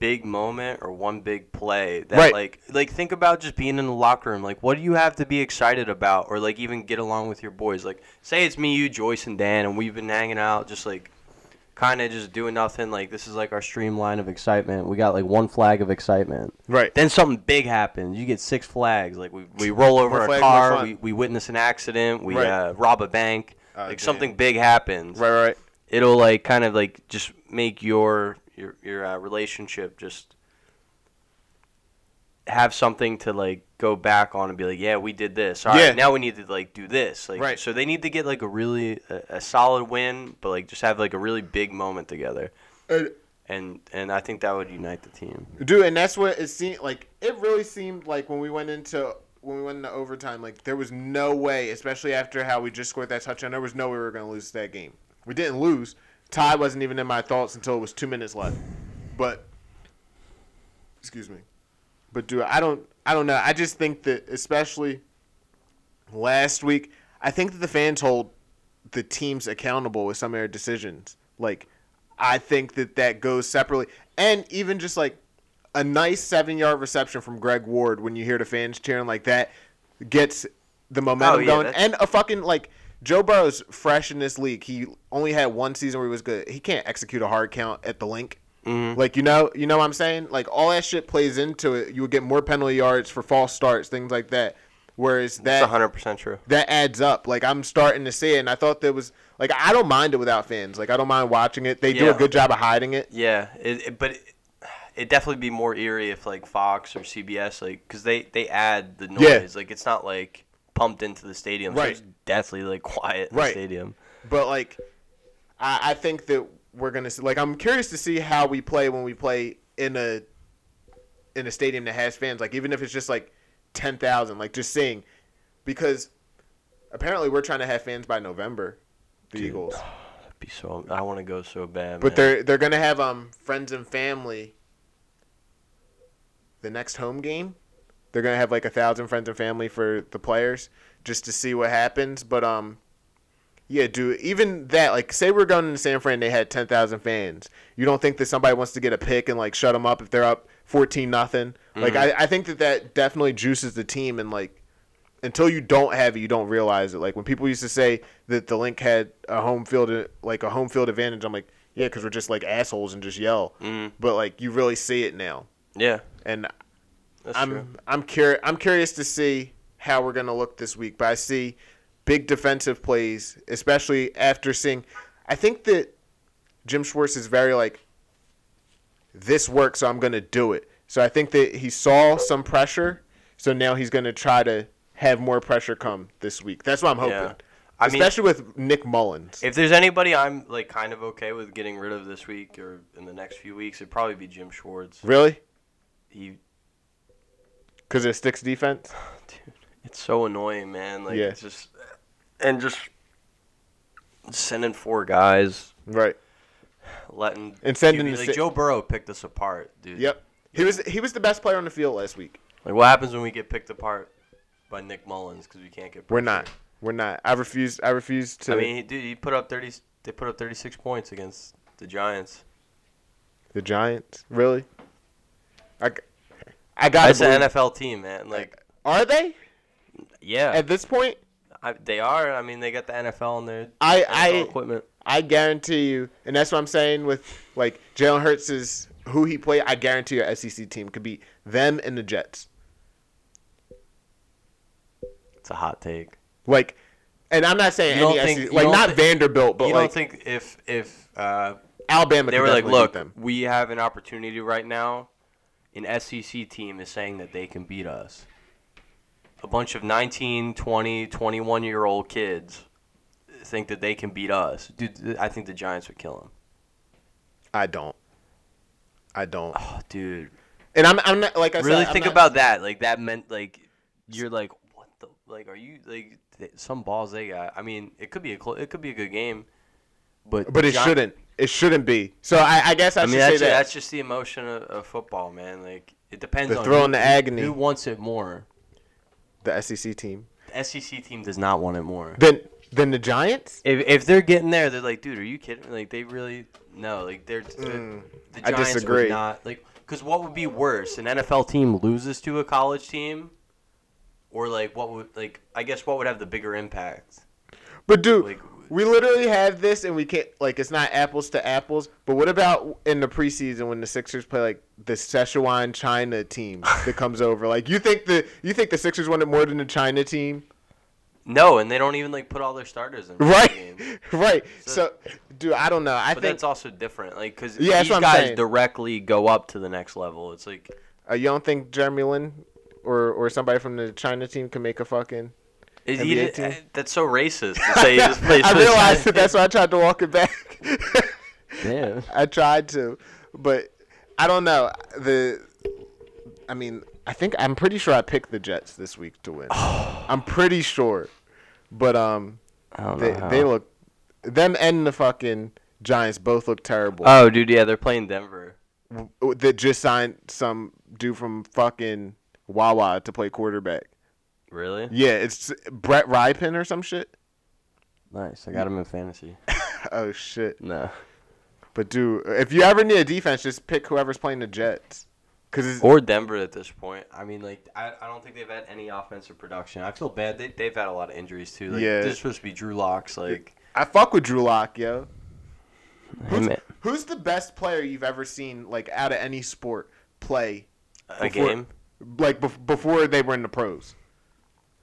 big moment or one big play that
Right.
like like think about just being in the locker room. Like what do you have to be excited about or like even get along with your boys? Like say it's me, you, Joyce and Dan and we've been hanging out just like kind of just doing nothing. Like this is like our streamline of excitement. We got like one flag of excitement.
Right.
Then something big happens. You get six flags. Like we, we roll over
More
a
flags, more
car,
fun.
we, we witness an accident, we
Right. Ah,
uh, rob a bank. like
damn.
something big happens.
right, right.
It'll like kind of like just make your your your uh, relationship just have something to like go back on and be like, yeah, we did this. All right,
Yeah.
now we need to like do this. Like,
Right.
So they need to get like a really a, a solid win, but like just have like a really big moment together.
And-
And and I think that would unite the team.
Dude, and that's what it seemed like. It really seemed like when we went into when we went into overtime, like there was no way, especially after how we just scored that touchdown, there was no way we were going to lose that game. We didn't lose. Tie wasn't even in my thoughts until it was two minutes left. But excuse me. But dude, I don't, I don't know. I just think that, especially last week, I think that the fans hold the teams accountable with some of their decisions. Like, I think that that goes separately, and even just like a nice seven-yard reception from Greg Ward when you hear the fans cheering like that gets the momentum
Oh, yeah,
going,
that's-
and a fucking like. Joe Burrow's fresh in this league. He only had one season where he was good. He can't execute a hard count at the link.
Mm-hmm.
Like you know, you know what I'm saying? Like all that shit plays into it. You would get more penalty yards for false starts, things like that. Whereas
It's
that
hundred percent true.
that adds up. Like I'm starting to see it, and I thought there was like I don't mind it without fans. Like I don't mind watching it. They do
Yeah.
a good job of hiding it.
Yeah, it, it, but it, it'd definitely be more eerie if like Fox or CBS, like, because they they add the noise.
Yeah.
Like it's not like pumped into the stadium. So
Right.
it's definitely like <laughs> quiet in the
Right.
stadium.
But like, I, I think that we're gonna see. Like I'm curious to see how we play when we play in a in a stadium that has fans. Like even if it's just like ten thousand, like just seeing because apparently we're trying to have fans by November. The Eagles.
That'd be so. I want to go so bad.
But
man.
they're they're gonna have um friends and family. The next home game, They're gonna have like a thousand friends and family for the players just to see what happens. But um, yeah, dude. Even that, like, say we're going to San Fran, and they had ten thousand fans. You don't think that somebody wants to get a pick and like shut them up if they're up fourteen nothing? Like, I, I think that that definitely juices the team and like until you don't have it, you don't realize it. Like when people used to say that the link had a home field, like a home field advantage, I'm like, yeah, because we're just like assholes and just yell. But like you really see it now,
Yeah,
and
that's
I'm
true.
I'm curious. I'm curious to see how we're gonna look this week. But I see big defensive plays, especially after seeing. I think that Jim Schwartz is very like, this works, so I'm gonna do it. So I think that he saw some pressure, so now he's gonna try to have more pressure come this week. That's what I'm hoping.
Yeah. I mean-
especially with Nick Mullins.
If there's anybody I'm like kind of okay with getting rid of this week or in the next few weeks, it'd probably be Jim Schwartz.
really?
He,
Because it sticks defense.
dude, it's so annoying, man. Like
Yeah.
it's just and just sending four guys,
Right.
letting
And sending
QB
the
like
si-
Joe Burrow picked us apart, dude.
Yep. He was he was the best player on the field last week.
Like what happens when we get picked apart by Nick Mullins because we can't get.
We're
pressure?
not. We're not. I refuse. I refuse to.
I mean, he- dude, he put up thirty. They put up thirty-six points against the Giants.
the Giants, really? I, I got.
That's
to
an NFL team, man. Like,
Are they
yeah,
at this point?
I, they are. I mean, they got the NFL in their
I
NFL
I
equipment.
I guarantee you, and that's what I'm saying with like Jalen Hurts is who he played. I guarantee your SEC E team could beat them and the Jets.
It's a hot take.
Like, and I'm not saying
You don't
any
think-
SEC,
you
like
don't
not
thi-
Vanderbilt, but
you
like
don't think if if uh,
Alabama.
they
could
were like,
definitely beat
look,
them.
we have an opportunity right now. An SEC team is saying that they can beat us. A bunch of 19, 20, 21 year old kids think that they can beat us. Dude, th- I think the Giants would kill them.
I don't. I don't.
Oh, dude.
And I'm I'm not like I
really
said, I'm
think
not-
about that. Like that meant like you're like what the like are you like th- some balls they got? I mean, it could be a clo- it could be a good game, but
But it
Gi-
shouldn't. It shouldn't be. So I, I guess I,
I
should
mean, that's,
say
ju-
that.
that's just the emotion of, of football, man. Like it depends
The
on
thrill
who-
and the
who-
agony.
Who wants it more?
the SEC team.
The SEC team does not want it more.
Then then the Giants.
If, if they're getting there, they're like, dude, are you kidding? me? Like they really no, like they're, they're- the
Mm, I
Giants
disagree.
would not like because what would be worse? An NFL team loses to a college team, or like what would like I guess what would have the bigger impact?
But dude,
Like-
we literally have this, and we can't like it's not apples to apples. But what about in the preseason when the Sixers play like the Sichuan China team that comes over? Like you think the you think the Sixers won it more than the China team,
No, and they don't even like put all their starters in for the
right? <laughs>
game.
right. So,
So-
dude, I don't know. I
But
think
that's also different, like because
Yeah, that's
these
what I'm
guys
saying.
directly go up to the next level. It's like
uh, you don't think Jeremy Lin or or somebody from the China team can make a fucking.
Is
NBA
he, did-
team?
uh, that's so
<laughs>
racist to say he just plays
I
for the
realized that that's
Giants.
why I tried to walk it back.
Damn.
I tried to, but I don't know. The I mean, I think I'm pretty sure I picked the Jets this week to
<sighs>
win. I'm pretty sure. But um
I don't
they
know how.
they look them and the fucking Giants both look terrible.
Oh, dude, yeah, they're playing Denver.
W- that just signed some dude from fucking Wawa to play quarterback.
Really?
Yeah, it's Brett Ripon or some shit.
Nice. I got him in fantasy.
Oh shit. <laughs>
<laughs> No.
But dude, if you ever need a defense, just pick whoever's playing the Jets. Cause it's,
Or Denver at this point. I mean, like, I, I don't think they've had any offensive production. I feel bad. They, they've had a lot of injuries, too. Like,
Yeah.
This is supposed to be Drew Locks. Like,
I fuck with Drew Lock, yo.
I mean,
Who's the best player you've ever seen, like out of any sport, play
a game
like bef- before they were in the pros?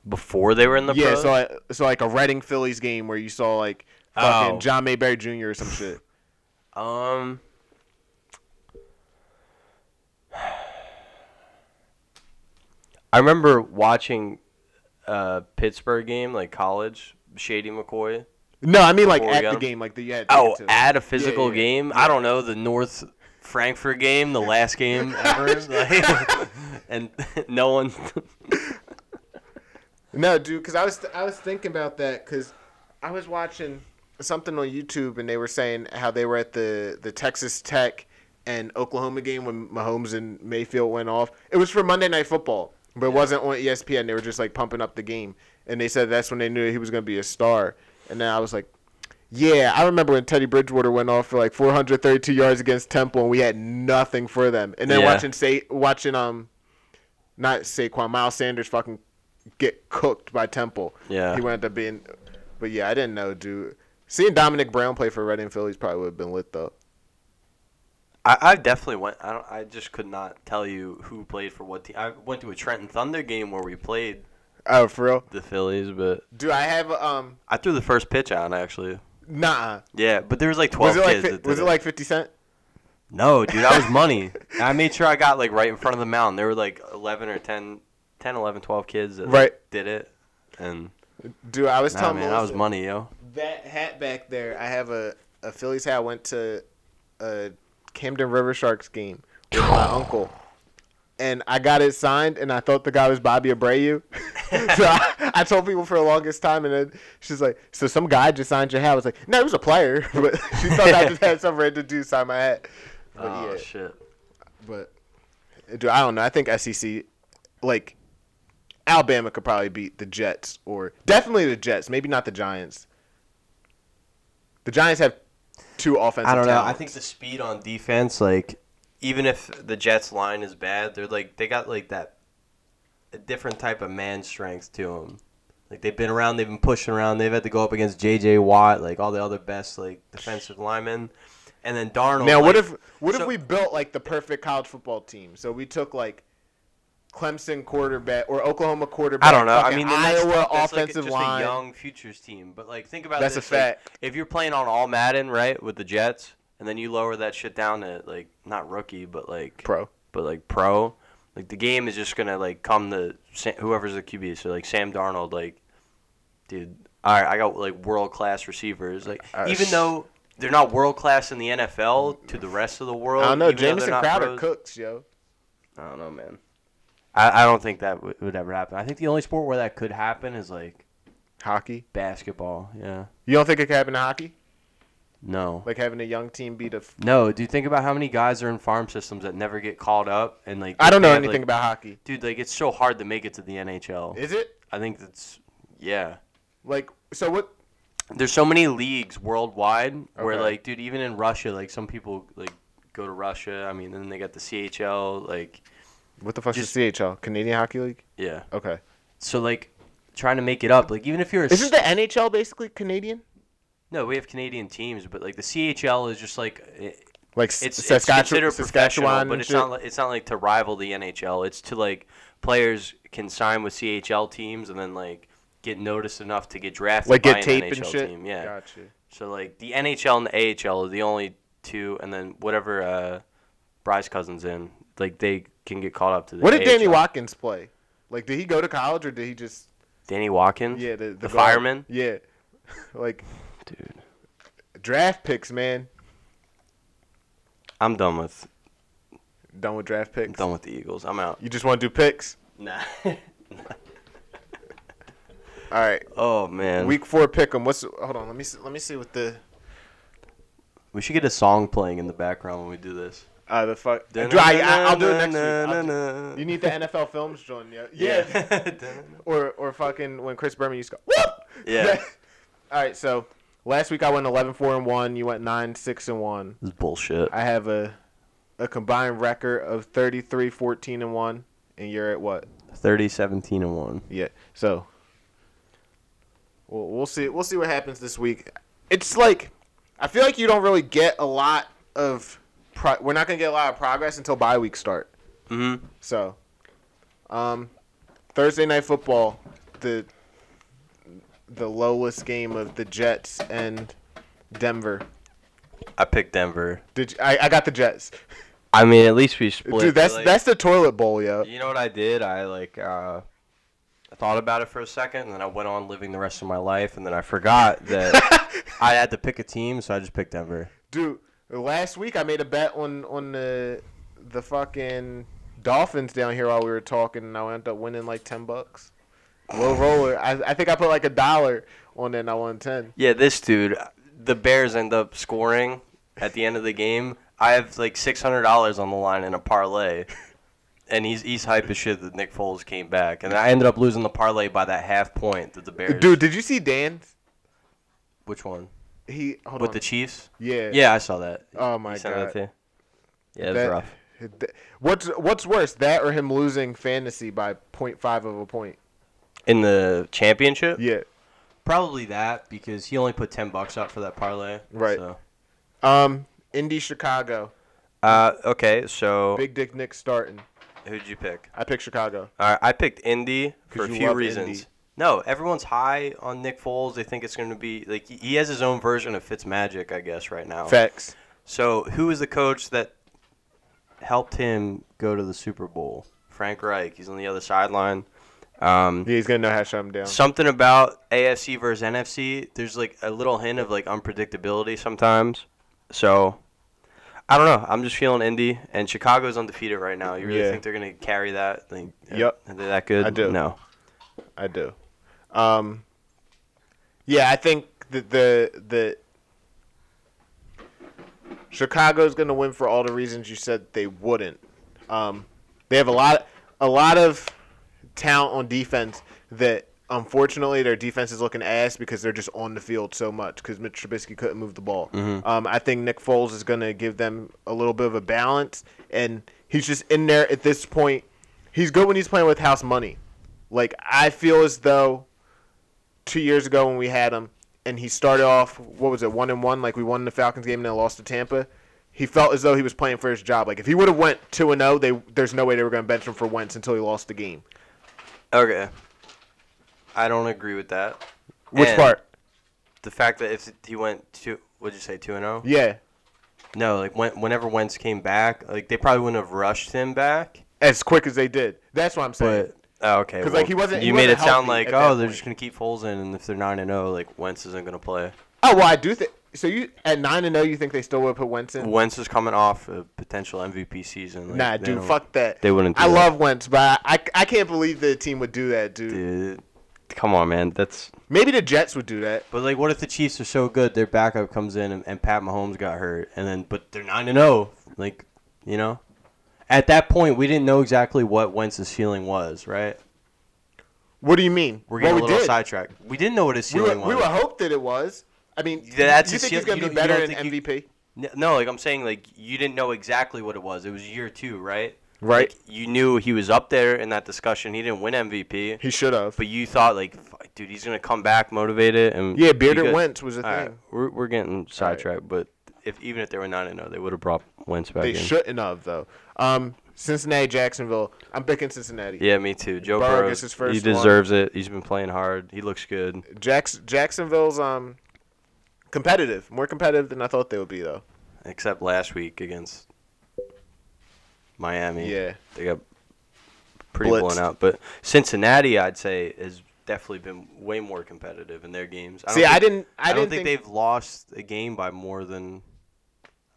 before they were in the
yeah,
pros?
so I, so like a Reading Phillies game where you saw like fucking
Oh.
John Mayberry Jr. or some shit.
Um. I remember watching uh Pittsburgh game, like college, Shady McCoy.
No, I mean like
Before we
at
got
the
him?
game, like the yeah.
Oh, at a physical
yeah, yeah.
game. I don't know, the North Frankfurt game, the last game ever.
<laughs>
like, <laughs> and no one
no, dude, because I was I was thinking about that because I was watching something on YouTube and they were saying how they were at the the Texas Tech and Oklahoma game when Mahomes and Mayfield went off. It was for Monday Night Football. but it wasn't on E ESPN. They were just like pumping up the game, and they said that's when they knew he was going to be a star. And then I was like, yeah, I remember when Teddy Bridgewater went off for like 432 yards against Temple, and we had nothing for them. And then
Yeah.
watching say watching um, not Saquon Miles Sanders fucking get cooked by Temple.
Yeah.
he wound up being. But yeah, I didn't know, dude. Seeing Dominic Brown play for Reading Phillies probably would have been lit though.
I, I definitely went. I don't. I just could not tell you who played for what team. I went to a Trenton Thunder game where we played
Oh, for real?
the Phillies, but
Do I have um?
I threw the first pitch on actually.
Nah.
Yeah, but there was like twelve
Was it like
kids.
fi-
that did
was it like 50 Cent?
No, dude, that was
<laughs>
money. And I made sure I got like right in front of the mound. There were like 11 or 10, 10 11, 12 kids that
Right.
did it. And
Dude, I was
nah,
telling
man, that was
Melissa-
money, yo.
That hat back there, I have a, a Phillies hat. I went to a Camden River Sharks game with my uncle. And I got it signed, and I thought the guy was Bobby Abreu. <laughs> so I, I told people for the longest time, and then she's like, "So some guy just signed your hat?" I was like, "No, he was a player," <laughs> but she thought I just had some random dude sign my hat. But
oh,
yeah,
shit.
but dude, I don't know. I think SEC, like Alabama, could probably beat the Jets or definitely the Jets. Maybe not the Giants. The Giants have two offensive.
I don't know. I
talents.
think the speed on defense, like, even if the Jets line is bad, they're like, they got like that, a different type of man strength to them. Like, they've been around, they've been pushing around, they've had to go up against J.J. Watt, like, all the other best, like, defensive linemen. And then Darnold.
now, what
like-
if what
so-
if we built like the perfect college football team? So we took like Clemson quarterback or Oklahoma quarterback.
I don't know. I
fucking
mean, then that's-
Iowa
that's like
offensive
just
line.
a young futures team. But like, think about
That's a
this, like,
fact.
if you're playing on all Madden, right, with the Jets, and then you lower that shit down to like not rookie, but like
Pro.
but like pro, like the game is just gonna like come to Sa- whoever's the QB. So like Sam Darnold, like, dude, all right, I got like world class receivers. Like,
Uh,
even
sh-
though they're not world class in the NFL to the rest of the world,
I don't know.
even though they're
Jameson
not
Crowder
pros-
cooks, yo.
I don't know, man. I, I don't think that w- would ever happen. I think the only sport where that could happen is like
Hockey.
basketball. Yeah.
You don't think it could happen to hockey?
No.
Like having a young team beat a. F-
no. Do you think about how many guys are in farm systems that never get called up and like?
I don't
they
know
have,
anything
like-
about hockey.
Dude, like it's so hard to make it to the NHL.
Is it
I think that's yeah.
like so? What
There's so many leagues worldwide where
Okay.
like, dude, even in Russia, like some people like go to Russia. I mean, then they got the CHL. Like,
What the fuck
Just-
is CHL? Canadian Hockey League?
yeah.
Okay.
So like, trying to make it up. Like, even if you're a
Isn't the NHL basically Canadian?
No, we have Canadian teams, but like the CHL is just like it,
Like S-
it's, it's
Saskatchewan,
considered
Saskatchewan
professional, but
and
it's
shit?
not like, it's not like to rival the NHL. It's to like players can sign with CHL teams and then like get noticed enough to get drafted
Like,
by
get
an
tape
NHL
and shit.
team. Yeah.
Gotcha.
So like the NHL and the AHL are the only two, and then whatever uh, Bryce Cousins in, like they can get called up to the.
What did Danny
AHL.
Watkins play? Like, did he go to college or did he just
Danny Watkins.
yeah the the, guard.
fireman.
Yeah, <laughs> like
Dude,
draft picks, man.
I'm done with
Done with draft picks.
I'm done with the Eagles. I'm out.
You just want to do picks.
Nah. <laughs>
All right,
oh man.
week four pick 'em. What's hold on? Let me see, let me see what the
We should get a song playing in the background when we do this.
uh the fuck. Do I, I, will do it next week. I'll do- you need the NFL films join. Yeah.
<laughs>
yeah.
Yeah.
or or fucking when Chris Berman used to go whoop.
Yeah.
<laughs> All right, so last week I went 11 4 and 1, you went 9 6 and 1.
this is bullshit.
I have a a combined record of 33 14 and 1 and you're at what?
30, 17, and 1.
Yeah. So we'll, we'll see we'll see what happens this week. It's like I feel like you don't really get a lot of pro- we're not going to get a lot of progress until bye week start.
Mm-hmm.
So, um, Thursday night football, the the lowest game of the Jets and Denver.
I picked Denver.
Did you, I, I got the Jets,
I mean, at least we split.
dude? That's
like-
that's the toilet bowl, yo.
You know what I did? I, like, uh, I thought about it for a second, and then I went on living the rest of my life, and then I forgot that
<laughs>
I had to pick a team, so I just picked Denver.
Dude, last week I made a bet on on the the fucking Dolphins down here while we were talking, and I wound up winning like ten bucks.
<sighs>
Low roller. I, I think I put like a dollar on it, and I won ten.
Yeah, this dude, the Bears end up scoring at the end of the game. I have like six hundred dollars on the line in a parlay. and he's he's hype as shit that Nick Foles came back, and I ended up losing the parlay by that half point that the Bears.
Dude, did you see Dan?
which one?
He hold
With
on.
the Chiefs?
yeah.
Yeah, I saw that.
Oh my
He sent that
God.
to you? Yeah, it
<laughs>
was
That-
rough.
th- What's what's worse, that or him losing fantasy by 0.5 of a point?
In the championship,
Yeah.
probably that because he only put ten bucks up for that parlay.
Right.
So.
Um, Indy Chicago,
Uh, okay, so
Big Dick Nick starting.
who'd you pick?
I picked Chicago.
Uh, I picked Indy for
'Cause
a
you
few
love
reasons.
Indy.
No, everyone's high on Nick Foles. They think it's going to be like he- he has his own version of Fitzmagic, I guess, right now.
Facts.
So, who is the coach that helped him go to the Super Bowl? Frank Reich. He's on the other sideline. Um,
Yeah, he's gonna know how to shut him down.
something about AFC versus NFC. There's like a little hint of like unpredictability sometimes. So, I don't know. I'm just feeling Indy and Chicago's undefeated right now. You really
Yeah.
think they're going to carry that? Like,
Yep.
Are they that good?
I do.
No.
I do. Um, yeah, I think that the the Chicago's going to win for all the reasons you said they wouldn't. Um, they have a lot a lot of talent on defense that unfortunately their defense is looking ass because they're just on the field so much because Mitch Trubisky couldn't move the ball. Um, I think Nick Foles is going to give them a little bit of a balance, and he's just in there at this point. He's good when he's playing with house money. Like I feel as though two years ago when we had him, and he started off what was it one and one, like we won the Falcons game and then lost to Tampa. He felt as though he was playing for his job. Like if he would have went two and zero, they there's no way they were going to bench him for Wentz until he lost the game.
Okay. I don't agree with that.
Which
And
part?
The fact that if he went two, what'd you say, two and zero?
Yeah,
No, like when, whenever Wentz came back, like they probably wouldn't have rushed him back.
as quick as they did. That's what I'm saying.
But oh, okay,
'Cause,
well,
like, he wasn't-
You
he
made
wasn't
it sound
healthy
like
at
oh,
that
they're
point.
just gonna keep Foles in, and if they're nine and zero, like Wentz isn't gonna play.
oh well, I do think so. You at nine and zero, you think they still would put Wentz in?
Wentz is coming off a potential MVP season. Like,
Nah,
they
dude,
don't-
fuck that.
they wouldn't do
I
that.
love Wentz, but I, I can't believe the team would do that, dude.
Dude, Uh, come on, man. That's
Maybe the Jets would do that.
but like, what if the Chiefs are so good, their backup comes in, and, and Pat Mahomes got hurt, and then but they're nine and zero, like you know. At that point, we didn't know exactly what Wentz's ceiling was, right?
What do you mean?
We're getting
Well,
a
we
little
did.
sidetracked. We didn't know what his
We
ceiling
were, we
was.
were hoped that it was. I mean,
Yeah, that's
you
his
think he's
ceiling.
going
You
to
don't-
be
you
better
don't
in
think he-
MVP?
N- No, like I'm saying, like you didn't know exactly what it was. It was year two, right?
Right.
Like, you knew he was up there in that discussion. He didn't win MVP,
He should have.
but you thought like, "F- dude, he's gonna come back motivated and
Yeah,
be
Bearded
good."
Wentz was a
All right,
thing.
we're we're getting sidetracked, but if even if they were nine and zero, they would have brought Wentz back
They
in.
shouldn't have though. Um, Cincinnati, Jacksonville. I'm picking Cincinnati.
Yeah, me too. Joe
Burrow
Burrow,
gets his first
he
one.
deserves it. He's been playing hard. He looks good.
Jacks- Jacksonville's um competitive, more competitive than I thought they would be though.
except last week against Miami.
Yeah.
they got pretty
Blitzed.
blown out. But Cincinnati, I'd say, has definitely been way more competitive in their games. I
See, I didn't. I,
don't
didn't
think, they've lost a game by more than.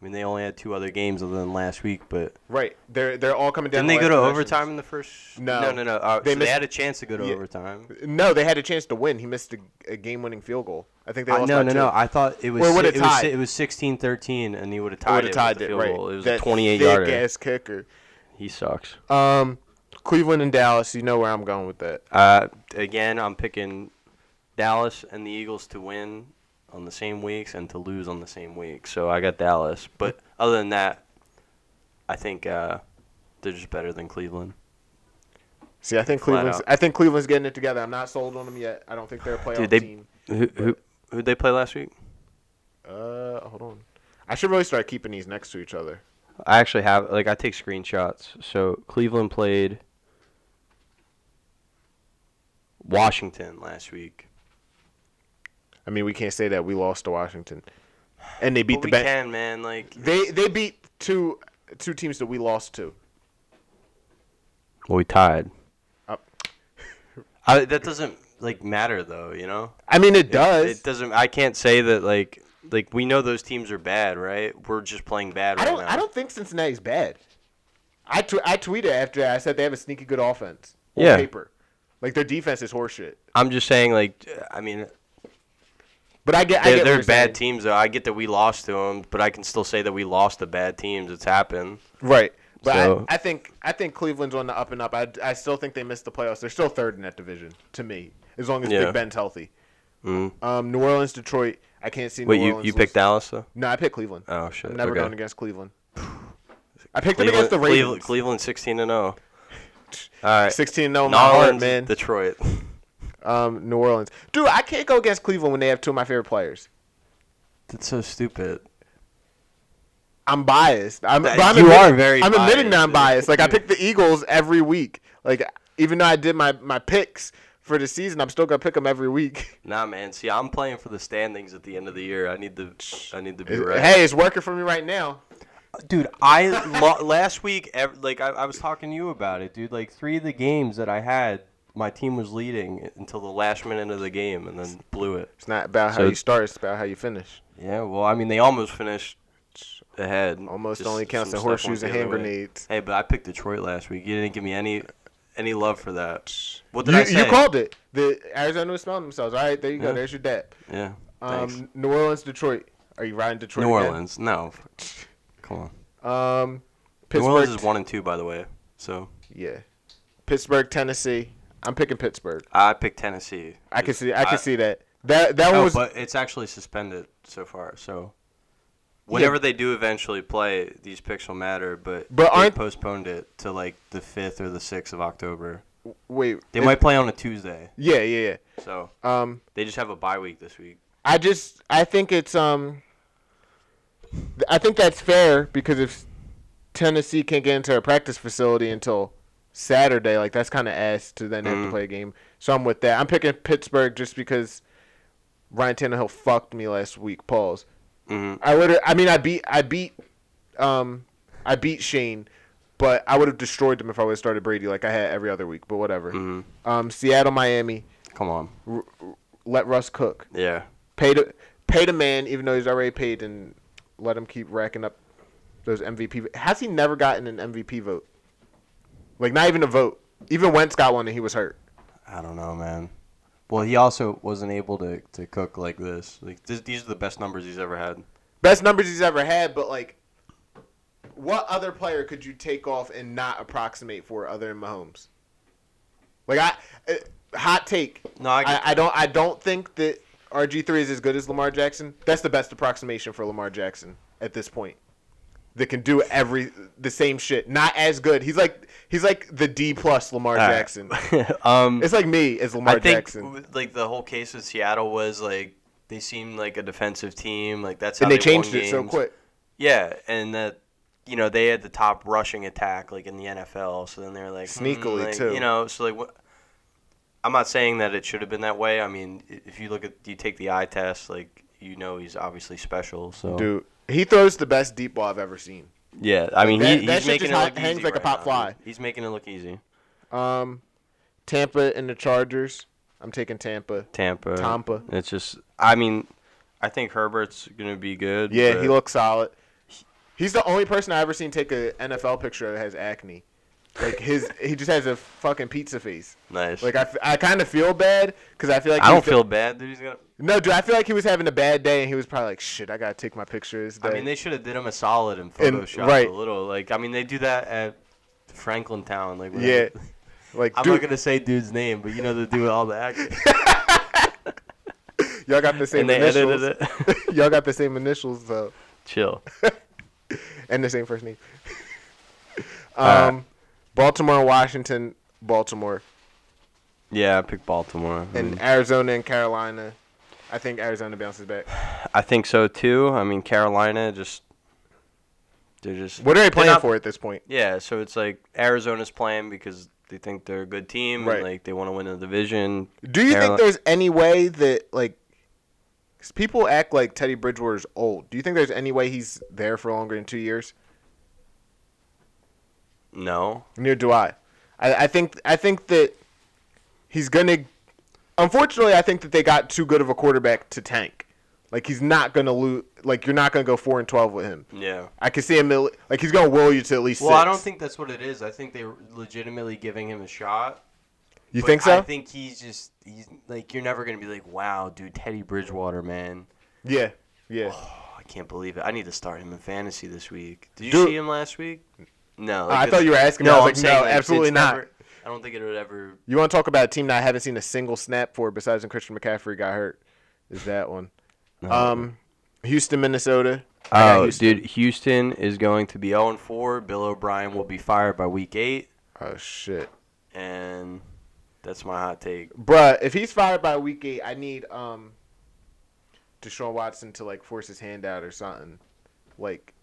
I mean, they only had two other games other than last week, but
Right. They're they're all coming down.
didn't they
the
go to
last
overtime in the first?
No.
no, no. no. Uh,
They
so
missed-
they had a chance to go to
Yeah.
overtime.
possessions. No, they had a chance to win. He missed a, a game-winning field goal. I think they
Uh,
lost.
no,
by
no,
two.
no. I thought it was
Or it
si-
would've
it was si-
tied.
it was 16-13, and he would have
They
tied
would
it.
have
with
tied
the
it.
field
Right.
goal. It was
that
a 28
thick
yarder.
ass kicker.
He sucks.
Um, Cleveland and Dallas. You know where I'm going with that.
Uh, again, I'm picking Dallas and the Eagles to win on the same weeks and to lose on the same week. So I got Dallas. But other than that, I think uh, they're just better than Cleveland.
See, I think
Flat
Cleveland's.
out.
I think Cleveland's getting it together. I'm not sold on them yet. I don't think they're a playoff
Dude, they
team.
who who who'd they play last week?
Uh, hold on. I should really start keeping these next to each other.
I actually have like I take screenshots. So Cleveland played Washington last week.
I mean, we can't say that we lost to Washington, and they beat
But
the
we
Ben.
can, man. Like
They they beat two two teams that we lost to.
well, we tied. <laughs>
Up.
Oh. I, that doesn't like matter though, you know.
I mean, it does.
It doesn't. I can't say that like like we know those teams are bad, right? We're just playing bad
I
right
don't.
now.
I don't think Cincinnati's bad. I tw- I tweeted after I said they have a sneaky good offense. on
Yeah.
Paper, like their defense is horseshit.
I'm just saying like I mean
But I get. I
they're,
get what
they're
you're
bad
saying.
teams though. I get that we lost to them, but I can still say that we lost to bad teams. It's happened.
Right. But
So-
I, I think I think Cleveland's on the up and up. I, I still think they missed the playoffs. They're still third in that division to me, as long as
Yeah. Mm.
Big Ben's healthy. Um, New Orleans, Detroit. I can't see.
Wait,
New
you,
Orleans
you picked
lose.
Dallas though?
No, I picked Cleveland.
Oh, shit,
I'm never
okay.
going against
<sighs>
Cleveland. I picked them against the
Cleveland-
Ravens.
Cleveland 16 and
<laughs>
0. All right.
16 and 0 in
New
my heart,
Orleans,
oh man. <laughs>
Detroit.
Um, New Orleans, dude. I can't go against Cleveland when they have two of my favorite players.
That's so stupid.
I'm biased. I'm,
That-
but I'm
you
admitting-
are very
I'm admitting
biased,
that I'm
dude.
biased. Like I pick the Eagles every week. Like even though I did my my picks for the season, I'm still gonna pick them every <laughs> week.
Nah, man. See, I'm playing for the standings at the end of the year. I need to. I need to be right.
Hey, it's working for me right now.
dude, I <laughs> lo- last week, ev- like I, I was talking to you about it, dude. Like three of the games that I had, my team was leading until the last minute of the game, and then blew it.
It's not about how
So-
you start; it's about how you finish.
Yeah, well, I mean, they almost finished ahead.
Almost
Just
only counts
some
in
stuff went
horseshoes
the
and
other
hand
way.
grenades.
Hey, but I picked Detroit last week. You didn't give me any any love for that. What did
You,
I say?
you called it. The Arizona was smelling themselves. All right, there you go.
Yeah.
There's your dap.
Yeah. Thanks.
Um, New Orleans, Detroit. Are you riding Detroit?
New
again?
Orleans. No. Come on.
Um,
New
Pittsburgh.
Orleans is one and two, by the way. So
Yeah, Pittsburgh, Tennessee. I'm picking Pittsburgh.
I picked Tennessee.
I can see. I can
I-
see that. That that one
Oh,
was.
but it's actually suspended so far. So whenever they do eventually play, these picks will matter. But,
But
they
aren't-
postponed it to like the fifth or the sixth of October.
wait.
They
it-
might play on a Tuesday.
Yeah, yeah,
So
yeah. Um,
they just have a bye week this week.
I just I think it's um. th- I think that's fair because if Tennessee can't get into a practice facility until Saturday, like that's kind of ass to then have to play a game. So I'm with that. I'm picking Pittsburgh just because Ryan Tannehill fucked me last week. Pause.
Mhm.
I would. I mean, I beat. I beat. Um, I beat Shane, but I would have destroyed them if I would have started Brady like I had every other week. But whatever. Um, Seattle, Miami.
Come on.
Let Russ cook.
Yeah.
Pay the pay the man, even though he's already paid, and let him keep racking up those MVP. Has he never gotten an MVP vote? Like not even a vote. Even Wentz got one, and he was hurt.
I don't know, man. Well, he also wasn't able to, to cook like this. Like this, these are the best numbers he's ever had.
Best numbers he's ever had, but like, what other player could you take off and not approximate for other than Mahomes? Like I, uh, hot take.
No, I get
I, I don't. I don't think that RG three is as good as Lamar Jackson. That's the best approximation for Lamar Jackson at this point. That can do every the same shit. Not as good. He's like he's like the D plus Lamar
All right.
Jackson.
<laughs> um,
It's like me as Lamar
I think
Jackson.
w- like the whole case with Seattle was like they seemed like a defensive team. Like that's how
And they
won
changed it so
games.
quick.
Yeah, and that you know they had the top rushing attack like in the NFL. So then they were like hmm,
Sneakily,
like,
too.
You know, so like what. I'm not saying that it should have been that way. I mean, i- if you look at you take the eye test, like you know he's obviously special. So
Dude, he throws the best deep ball I've ever seen.
yeah, I mean
That-
he,
that
he's
shit
making it
just
look
hangs
easy
like a
right
pop
now.
fly.
He's making it look easy.
Um, Tampa and the Chargers. I'm taking Tampa.
Tampa.
Tampa.
It's just I mean, I think Herbert's gonna be good.
Yeah,
but-
he looks solid. He's the only person I've ever seen take a NFL picture that has acne. Like his, he just has a fucking pizza face.
nice.
Like I, f- I kind of feel bad because I feel like
I
he
don't
fe-
feel bad that he's gonna.
No, dude, I feel like he was having a bad day, and he was probably like, "Shit, I gotta take my picture this day."
I mean, they should have did him a solid in
And-
Photoshop
right.
a little. Like, I mean, they do that at Franklin Town. Like, when <laughs>
yeah,
I-
like
I'm
dude,
not gonna say dude's name, but you know the dude with all the <laughs> acting.
y'all got the same
and they
initials.
edited
<laughs>
it.
y'all got the same initials though,
Chill.
and the same first name.
right.
um, Baltimore, Washington, Baltimore,
Yeah, I picked Baltimore. I,
and
mean,
Arizona and Carolina. I think Arizona bounces back.
I think so too. I mean, Carolina just they're just
What are they
they're
playing
not-
for at this point?
Yeah, so it's like Arizona's playing because they think they're a good team
Right.
and like they want to win the division.
Do you
Caroli-
think there's any way that like 'cause people act like Teddy Bridgewater's old? Do you think there's any way he's there for longer than two years?
no?
Neither do I. I, I think I think that he's gonna. Unfortunately, I think that they got too good of a quarterback to tank. Like he's not gonna lose. Like you're not gonna go four and twelve with him.
Yeah.
I can see him. at le- Like he's gonna will you to at least.
Well,
six.
I don't think that's what it is. I think they're legitimately giving him a shot.
you
But
think so.
I think he's just he's like you're never gonna be like, wow, dude, Teddy Bridgewater, man.
yeah, yeah.
Oh, I can't believe it. I need to start him in fantasy this week. Did you
Dude.
see him last week? No,
I
because-
thought you were asking me. I was like, no,
it's-
absolutely
it's
not.
never- I don't think it would ever.
You want to talk about a team that I haven't seen a single snap for besides when Christian McCaffrey got hurt? Is that one? Um, Houston, Minnesota. I got
Oh,
Houston.
dude, Houston is going to be 0 4. Bill O'Brien will be fired by week eight,
Oh shit,
and that's my hot take.
bruh. If he's fired by week eight, I need um, Deshaun Watson to like force his hand out or something. Like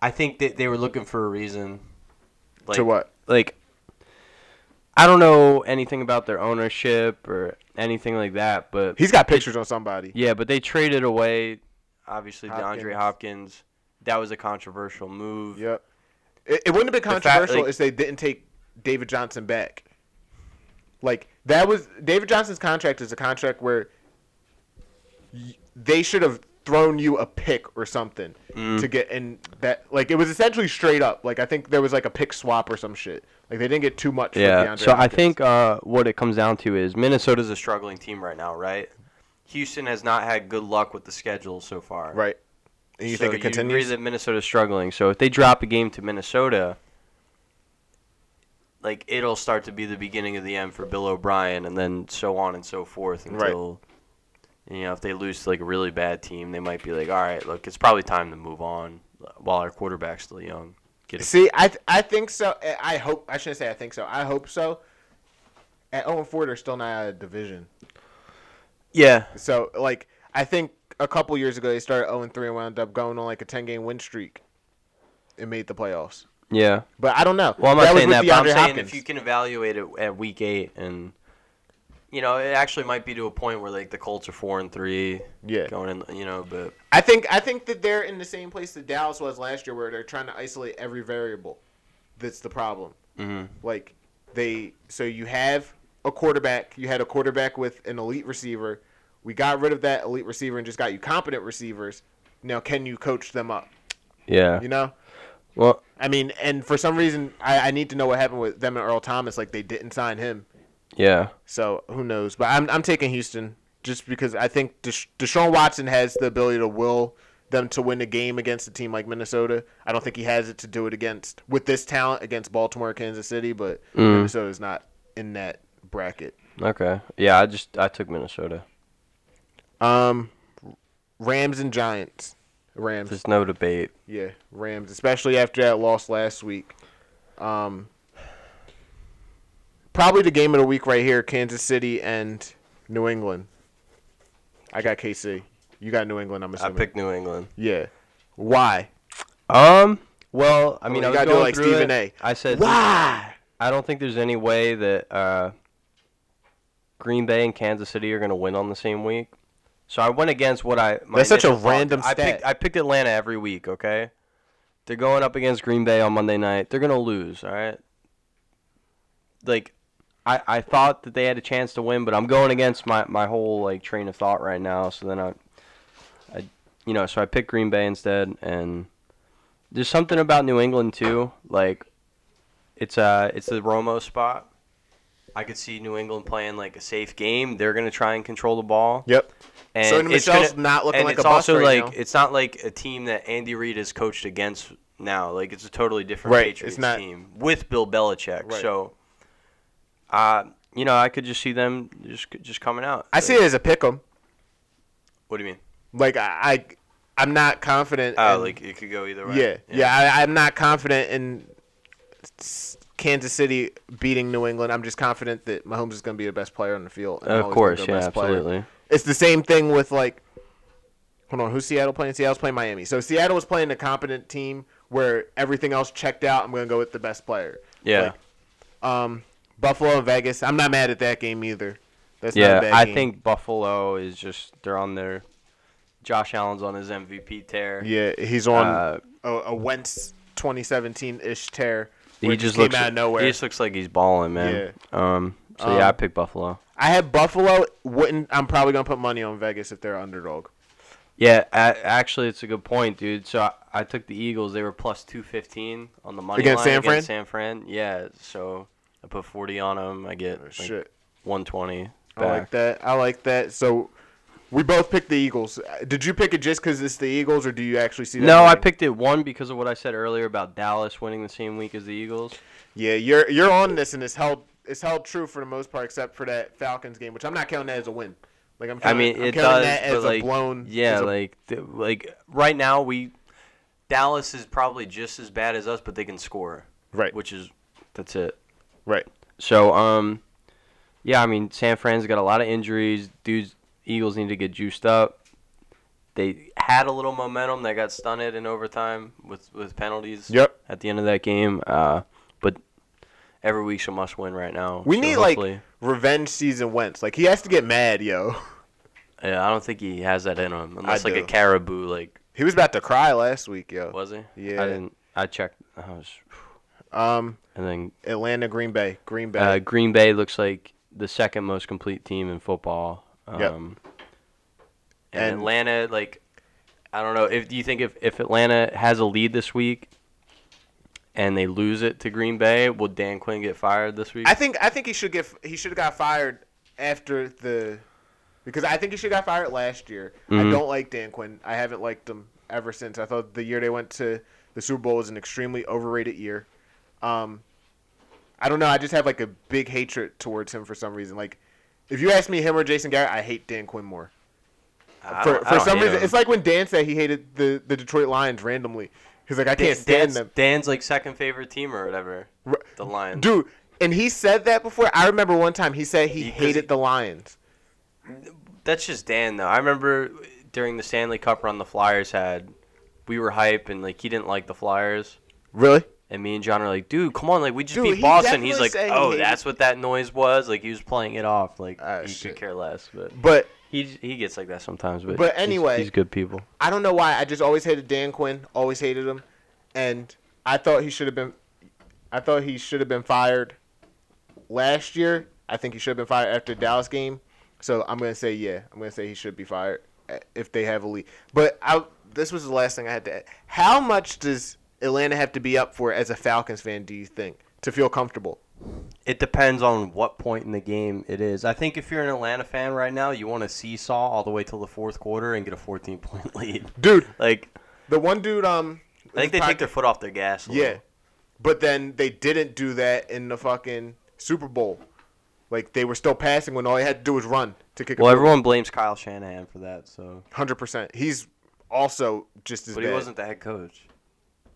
I think that they were looking for a reason. Like,
to what?
Like, I don't know anything about their ownership or anything like that, but
He's got pictures on somebody.
yeah, but they traded away obviously DeAndre
Hopkins.
Hopkins. That was a controversial move.
Yep. It, it wouldn't have been
fact,
controversial
like-
if they didn't take David Johnson back. Like that was David Johnson's contract is a contract where y- they should have thrown you a pick or something
Mm.
to get in that like it was essentially straight up. Like I think there was like a pick swap or some shit. Like they didn't get too much for
Yeah.
DeAndre
So I
Hopkins.
think uh, what it comes down to is Minnesota's a struggling team right now, right? Houston has not had good luck with the schedule so far.
right. And you
So
think it
You
continues?
agree that Minnesota's struggling. So if they drop a game to Minnesota, like it'll start to be the beginning of the end for Bill O'Brien, and then so on and so forth
Right.
until. You know, if they lose to like a really bad team, they might be like, "All right, look, it's probably time to move on." While our quarterback's still young, get a
See, I th- I think so. I- I hope I shouldn't say I think so. I hope so. At 0 and 4, they're still not out of division.
yeah,
So like I think a couple years ago they started 0 and 3 and wound up going on like a 10 game win streak and made the playoffs.
yeah.
But I don't know.
Well, I'm not saying that,
with
but I'm
DeAndre
saying
Hopkins.
if you can evaluate it at week eight, and you know, it actually might be to a point where like the Colts are four and three,
Yeah.
going in, you know, but
I think I think that they're in the same place that Dallas was last year, where they're trying to isolate every variable. That's the problem.
Mm-hmm.
Like they, so you have a quarterback. You had a quarterback with an elite receiver. We got rid of that elite receiver and just got you competent receivers. Now, can you coach them up?
yeah,
You know.
well,
I mean, and for some reason, I, I need to know what happened with them and Earl Thomas. Like they didn't sign him,
yeah,
so who knows? But I'm I'm taking Houston just because I think Desha- Deshaun Watson has the ability to will them to win a game against a team like Minnesota. I don't think he has it to do it against with this talent against Baltimore, Kansas City, but Minnesota's not in that bracket.
okay, yeah. I just I took Minnesota.
Um, Rams and Giants. Rams.
There's no debate.
Yeah, Rams, especially after that loss last week. Um, probably the game of the week right here: Kansas City and New England. I got KC. You got New England. I'm
I
assuming.
picked New England.
Yeah. Why?
Um, well, I mean,
Oh, you
I was
gotta do
going
like
through
Stephen
it.
A.
I said
Why?
I don't think there's any way that uh, Green Bay and Kansas City are going to win on the same week. So I went against what I. My
That's such a
initial thought.
random
I
stat.
picked, I picked Atlanta every week. Okay, they're going up against Green Bay on Monday night. They're going to lose. All right. Like, I I thought that they had a chance to win, but I'm going against my my whole like train of thought right now. So then I, I, you know, so I picked Green Bay instead, and there's something about New England too. Like, it's uh it's the Romo spot. I could see New England playing like a safe game. They're gonna try and control the ball.
Yep.
And
Sony
it's
Michel's not looking
and
like a
it's
bust
also
right
like
now.
it's not like a team that Andy Reid has coached against now. Like it's a totally different
Right, it's
Patriots
not-
team with Bill Belichick.
Right.
So, uh, you know, I could just see them just just coming out.
I see it as a pick 'em.
What do you mean?
Like I, I am not confident.
Oh,
in-
like it could go either way.
yeah, yeah. I, I'm not confident in s- Kansas City beating New England. I'm just confident that Mahomes is going to be the best player on the field. and
Of
always
course,
gonna be
yeah,
the best player.
absolutely.
It's the same thing with like, hold on, who's Seattle playing? Seattle's playing Miami. So Seattle was playing a competent team where everything else checked out. I'm going to go with the best player.
Yeah.
Like, um, Buffalo and Vegas. I'm not mad at that game either. That's not a
Yeah,
bad
I
game.
think Buffalo is just they're on their Josh Allen's on his MVP tear.
Yeah, he's on
Uh,
a, a Wentz 2017 ish tear.
He
where it
just
came
looks
out of nowhere.
He just looks like he's balling, man. Um so yeah, I picked Buffalo.
I have Buffalo. Wouldn't I'm probably gonna put money on Vegas if they're underdog.
Yeah, a actually it's a good point, dude. So I, I took the Eagles, they were plus 215 on the money
Against
line
San
against San Fran. Yeah, so I put 40 on them. I get like,
Oh, Shit,
120
I like
back.
that. I like that. So We both picked the Eagles. Uh, Did you pick it just because it's the Eagles, or do you actually see? That
No, I
winning?
picked it one because of what I said earlier about Dallas winning the same week as the Eagles.
Yeah, you're you're on this, and it's held it's held true for the most part, except for that Falcons game, which I'm not counting that as a win. Like I'm,
I
counting,
mean,
I'm
it
counting
does,
that
but
as
like,
a blown.
yeah,
as a-
like, th- like right now we, Dallas is probably just as bad as us, but they can score,
right,
which is that's it.
right.
So, um, yeah, I mean, San Fran's got a lot of injuries. Dudes, Eagles need to get juiced up. They had a little momentum. They got stunted in overtime with with penalties
Yep.
at the end of that game. Uh, but every week's a must win right now.
We
so
need
hopefully-
like revenge season Wentz. Like he has to get mad, yo. <laughs>
Yeah, I don't think he has that in him unless like a
do.
caribou like
He was about to cry last week, yo.
was he?
Yeah.
I didn't. I checked. I was,
Um,
and then
Atlanta, Green Bay, Green Bay.
uh, Green Bay looks like the second most complete team in football. Um,
Yep.
And,
And-
Atlanta, like, I don't know. If do you think if if Atlanta has a lead this week, and they lose it to Green Bay, will Dan Quinn get fired this week?
I think I think he should get he should have got fired after the because I think he should have got fired last year.
Mm-hmm.
I don't like Dan Quinn. I haven't liked him ever since. I thought the year they went to the Super Bowl was an extremely overrated year. Um, I don't know. I just have like a big hatred towards him for some reason. Like if you ask me, him or Jason Garrett, I hate Dan Quinn more.
I
For,
don't- I
for
don't
some
hate
reason,
him.
it's like when Dan said he hated the, the Detroit Lions randomly. He's like, I can't stand
Dan's,
them.
Dan's like second favorite team or whatever. The Lions.
Dude, and he said that before. I remember one time he said he
He- 'cause
hated
he-
the Lions.
That's just Dan though. I remember during the Stanley Cup run the Flyers had, we were hype and like he didn't like the Flyers.
Really?
And me and John are like, dude, come on, like we just
Dude,
beat
he
Boston. He's
definitely
like,
said he
oh,
hated-
that's what that noise was. Like he was playing it off. Like
Ah,
he
shit.
could care less. But
But
he he gets like that sometimes. But
But
he's-
anyway-
he's, good people.
I don't know why. I just always hated Dan Quinn. Always hated him, and I thought he should have been. I thought he should have been fired last year. I think he should have been fired after the Dallas game. So I'm gonna say yeah. I'm gonna say he should be fired eh, if they have a lead. But I, this was the last thing I had to. add. How much does Atlanta have to be up for as a Falcons fan? Do you think to feel comfortable?
It depends on what point in the game it is. I think if you're an Atlanta fan right now, you want to seesaw all the way till the fourth quarter and get a 14 point <laughs> lead.
Dude,
Like
the one dude. Um,
I think they take their foot off their gas. A little.
Yeah. But then they didn't do that in the fucking Super Bowl. Like they were still passing when all they had to do was run to kick
Well,
a
everyone blames Kyle Shanahan for that. So,
hundred percent. He's also just as
but
bad.
he wasn't the head coach.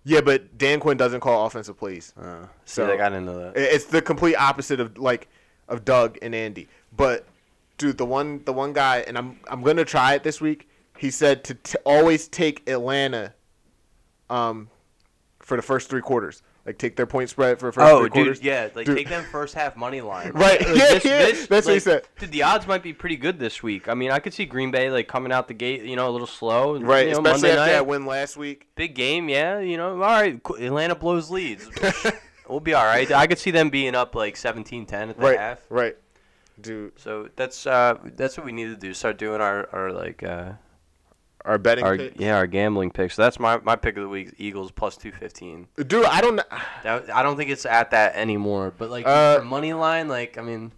Yeah, but Dan Quinn doesn't call offensive plays.
Uh,
So-
so like, I didn't know that.
I- It's the complete opposite of like of Doug and Andy. But dude, the one the one guy, and I'm I'm gonna try it this week. He said to t- always take Atlanta, um, for the first three quarters. Like take their point spread for the first
Oh,
three quarters.
dude, yeah, like
Dude.
take them first half money line.
<laughs> Right,
Like,
yeah, yeah, that's what he said.
Dude, the odds might be pretty good this week. I mean, I could see Green Bay like coming out the gate, you know, a little slow.
Right,
you know,
especially
Monday
after
night.
that win last week.
Big game, yeah. You know, all right. cool, Atlanta
<laughs>
blows leads. we'll be all right. I could see them being up like 17-10 at the
right,
half.
right, dude.
So that's uh that's what we need to do. Start doing our our like uh
Our betting,
our
pick-
yeah our gambling picks. So that's my my pick of the week: Eagles plus two fifteen.
dude. I don't. kn-
That, I don't think it's at that anymore. But like
Uh,
for money line, like I mean,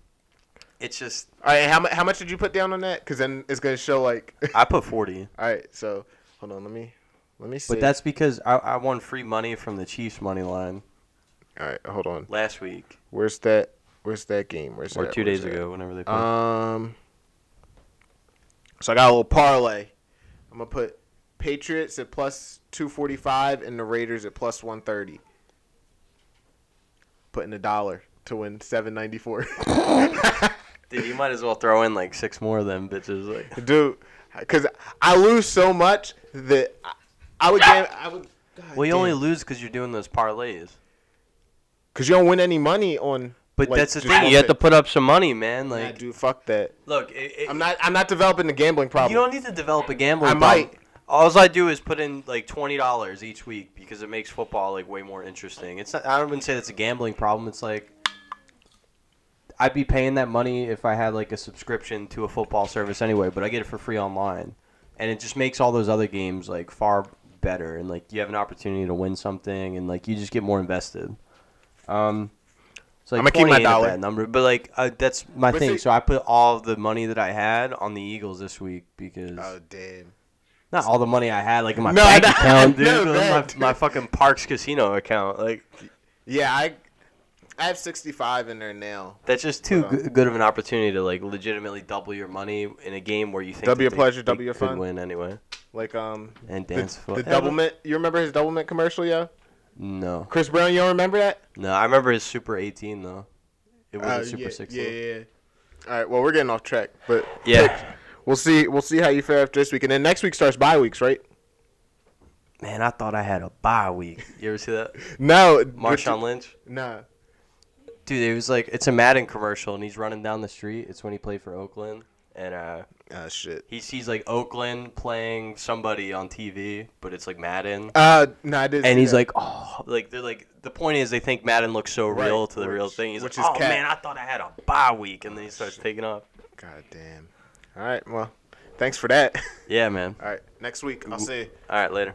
it's just
All right, how much? How much did you put down on that? Because then it's gonna show like. <laughs>
I put forty.
all right, so hold on. Let me. Let me see.
But that's because I, I won free money from the Chiefs money line
all right. Hold on.
last week
Where's that? Where's that game? Where's
or
that?
two
Where's
days
that?
ago, whenever they played.
Um. So I got a little parlay. I'm gonna put Patriots at plus two forty five and the Raiders at plus one thirty. Putting a dollar to win seven ninety <laughs>
<laughs>
four.
Dude, you might as well throw in like six more of them bitches.
<laughs>
Like
dude. Because I lose so much that I, I would. Game, I would. God
well, you only lose because you're doing those parlays.
because you don't win any money on.
But
like,
that's the
just
thing.
one
You have to
pick.
put up some money, man.
Nah,
Like,
dude, fuck that.
look, it, it,
I'm not. I'm not developing the gambling
You
problem.
don't need to develop a gambling.
I
problem.
might.
All I do is put in like twenty dollars each week because it makes football like way more interesting. It's not. I wouldn't say that's a gambling problem. It's like I'd be paying that money if I had like a subscription to a football service anyway, but I get it for free online, and it just makes all those other games like far better. And like you have an opportunity to win something, and like you just get more invested. Um, So like
I'ma keep
20
my
ain't a
dollar.
bad number, but like uh, that's my
But
thing.
see-
so I put all the money that I had on the Eagles this week because
Oh damn.
not all the money I had like in my
No,
bank
no,
account, dude,
no,
but
that,
my,
dude.
my fucking Parks Casino account. Like
Yeah, I I have 65 in there now.
that's just too
Hold on.
g- good of an opportunity to like legitimately double your money in a game where you think
Double
that
your
they-
pleasure,
they
double your
could
fun.
Win anyway
Like um
and
the,
dance
the
forever.
double mint. You remember his double mint commercial, yo?
No,
Chris Brown, you don't remember that?
no, I remember his Super 18 though. It was
Uh,
a Super
yeah,
6.
yeah,
though.
yeah. All right, well, we're getting off track, but
Yeah.
pick. we'll see we'll see how you fare after this week. And then next week starts bye weeks, right?
Man, I thought I had a bye week. You ever
<laughs>
see that?
No,
Marshawn Lynch.
Nah.
Dude, it was like it's a Madden commercial, and he's running down the street. It's when he played for Oakland, and uh,
Oh shit.
he sees like Oakland playing somebody on TV, but it's like Madden.
Uh, no, I didn't.
And
see
he's
that.
like, oh, like they're like the point is they think Madden looks so
Right,
real to the real
which-
thing. He's
which
like,
is
oh
cat.
man, I thought I had a bye week, and then he starts taking off.
God damn. All right, well, thanks for that. <laughs>
Yeah, man.
All right, next week I'll see. you.
All right, later.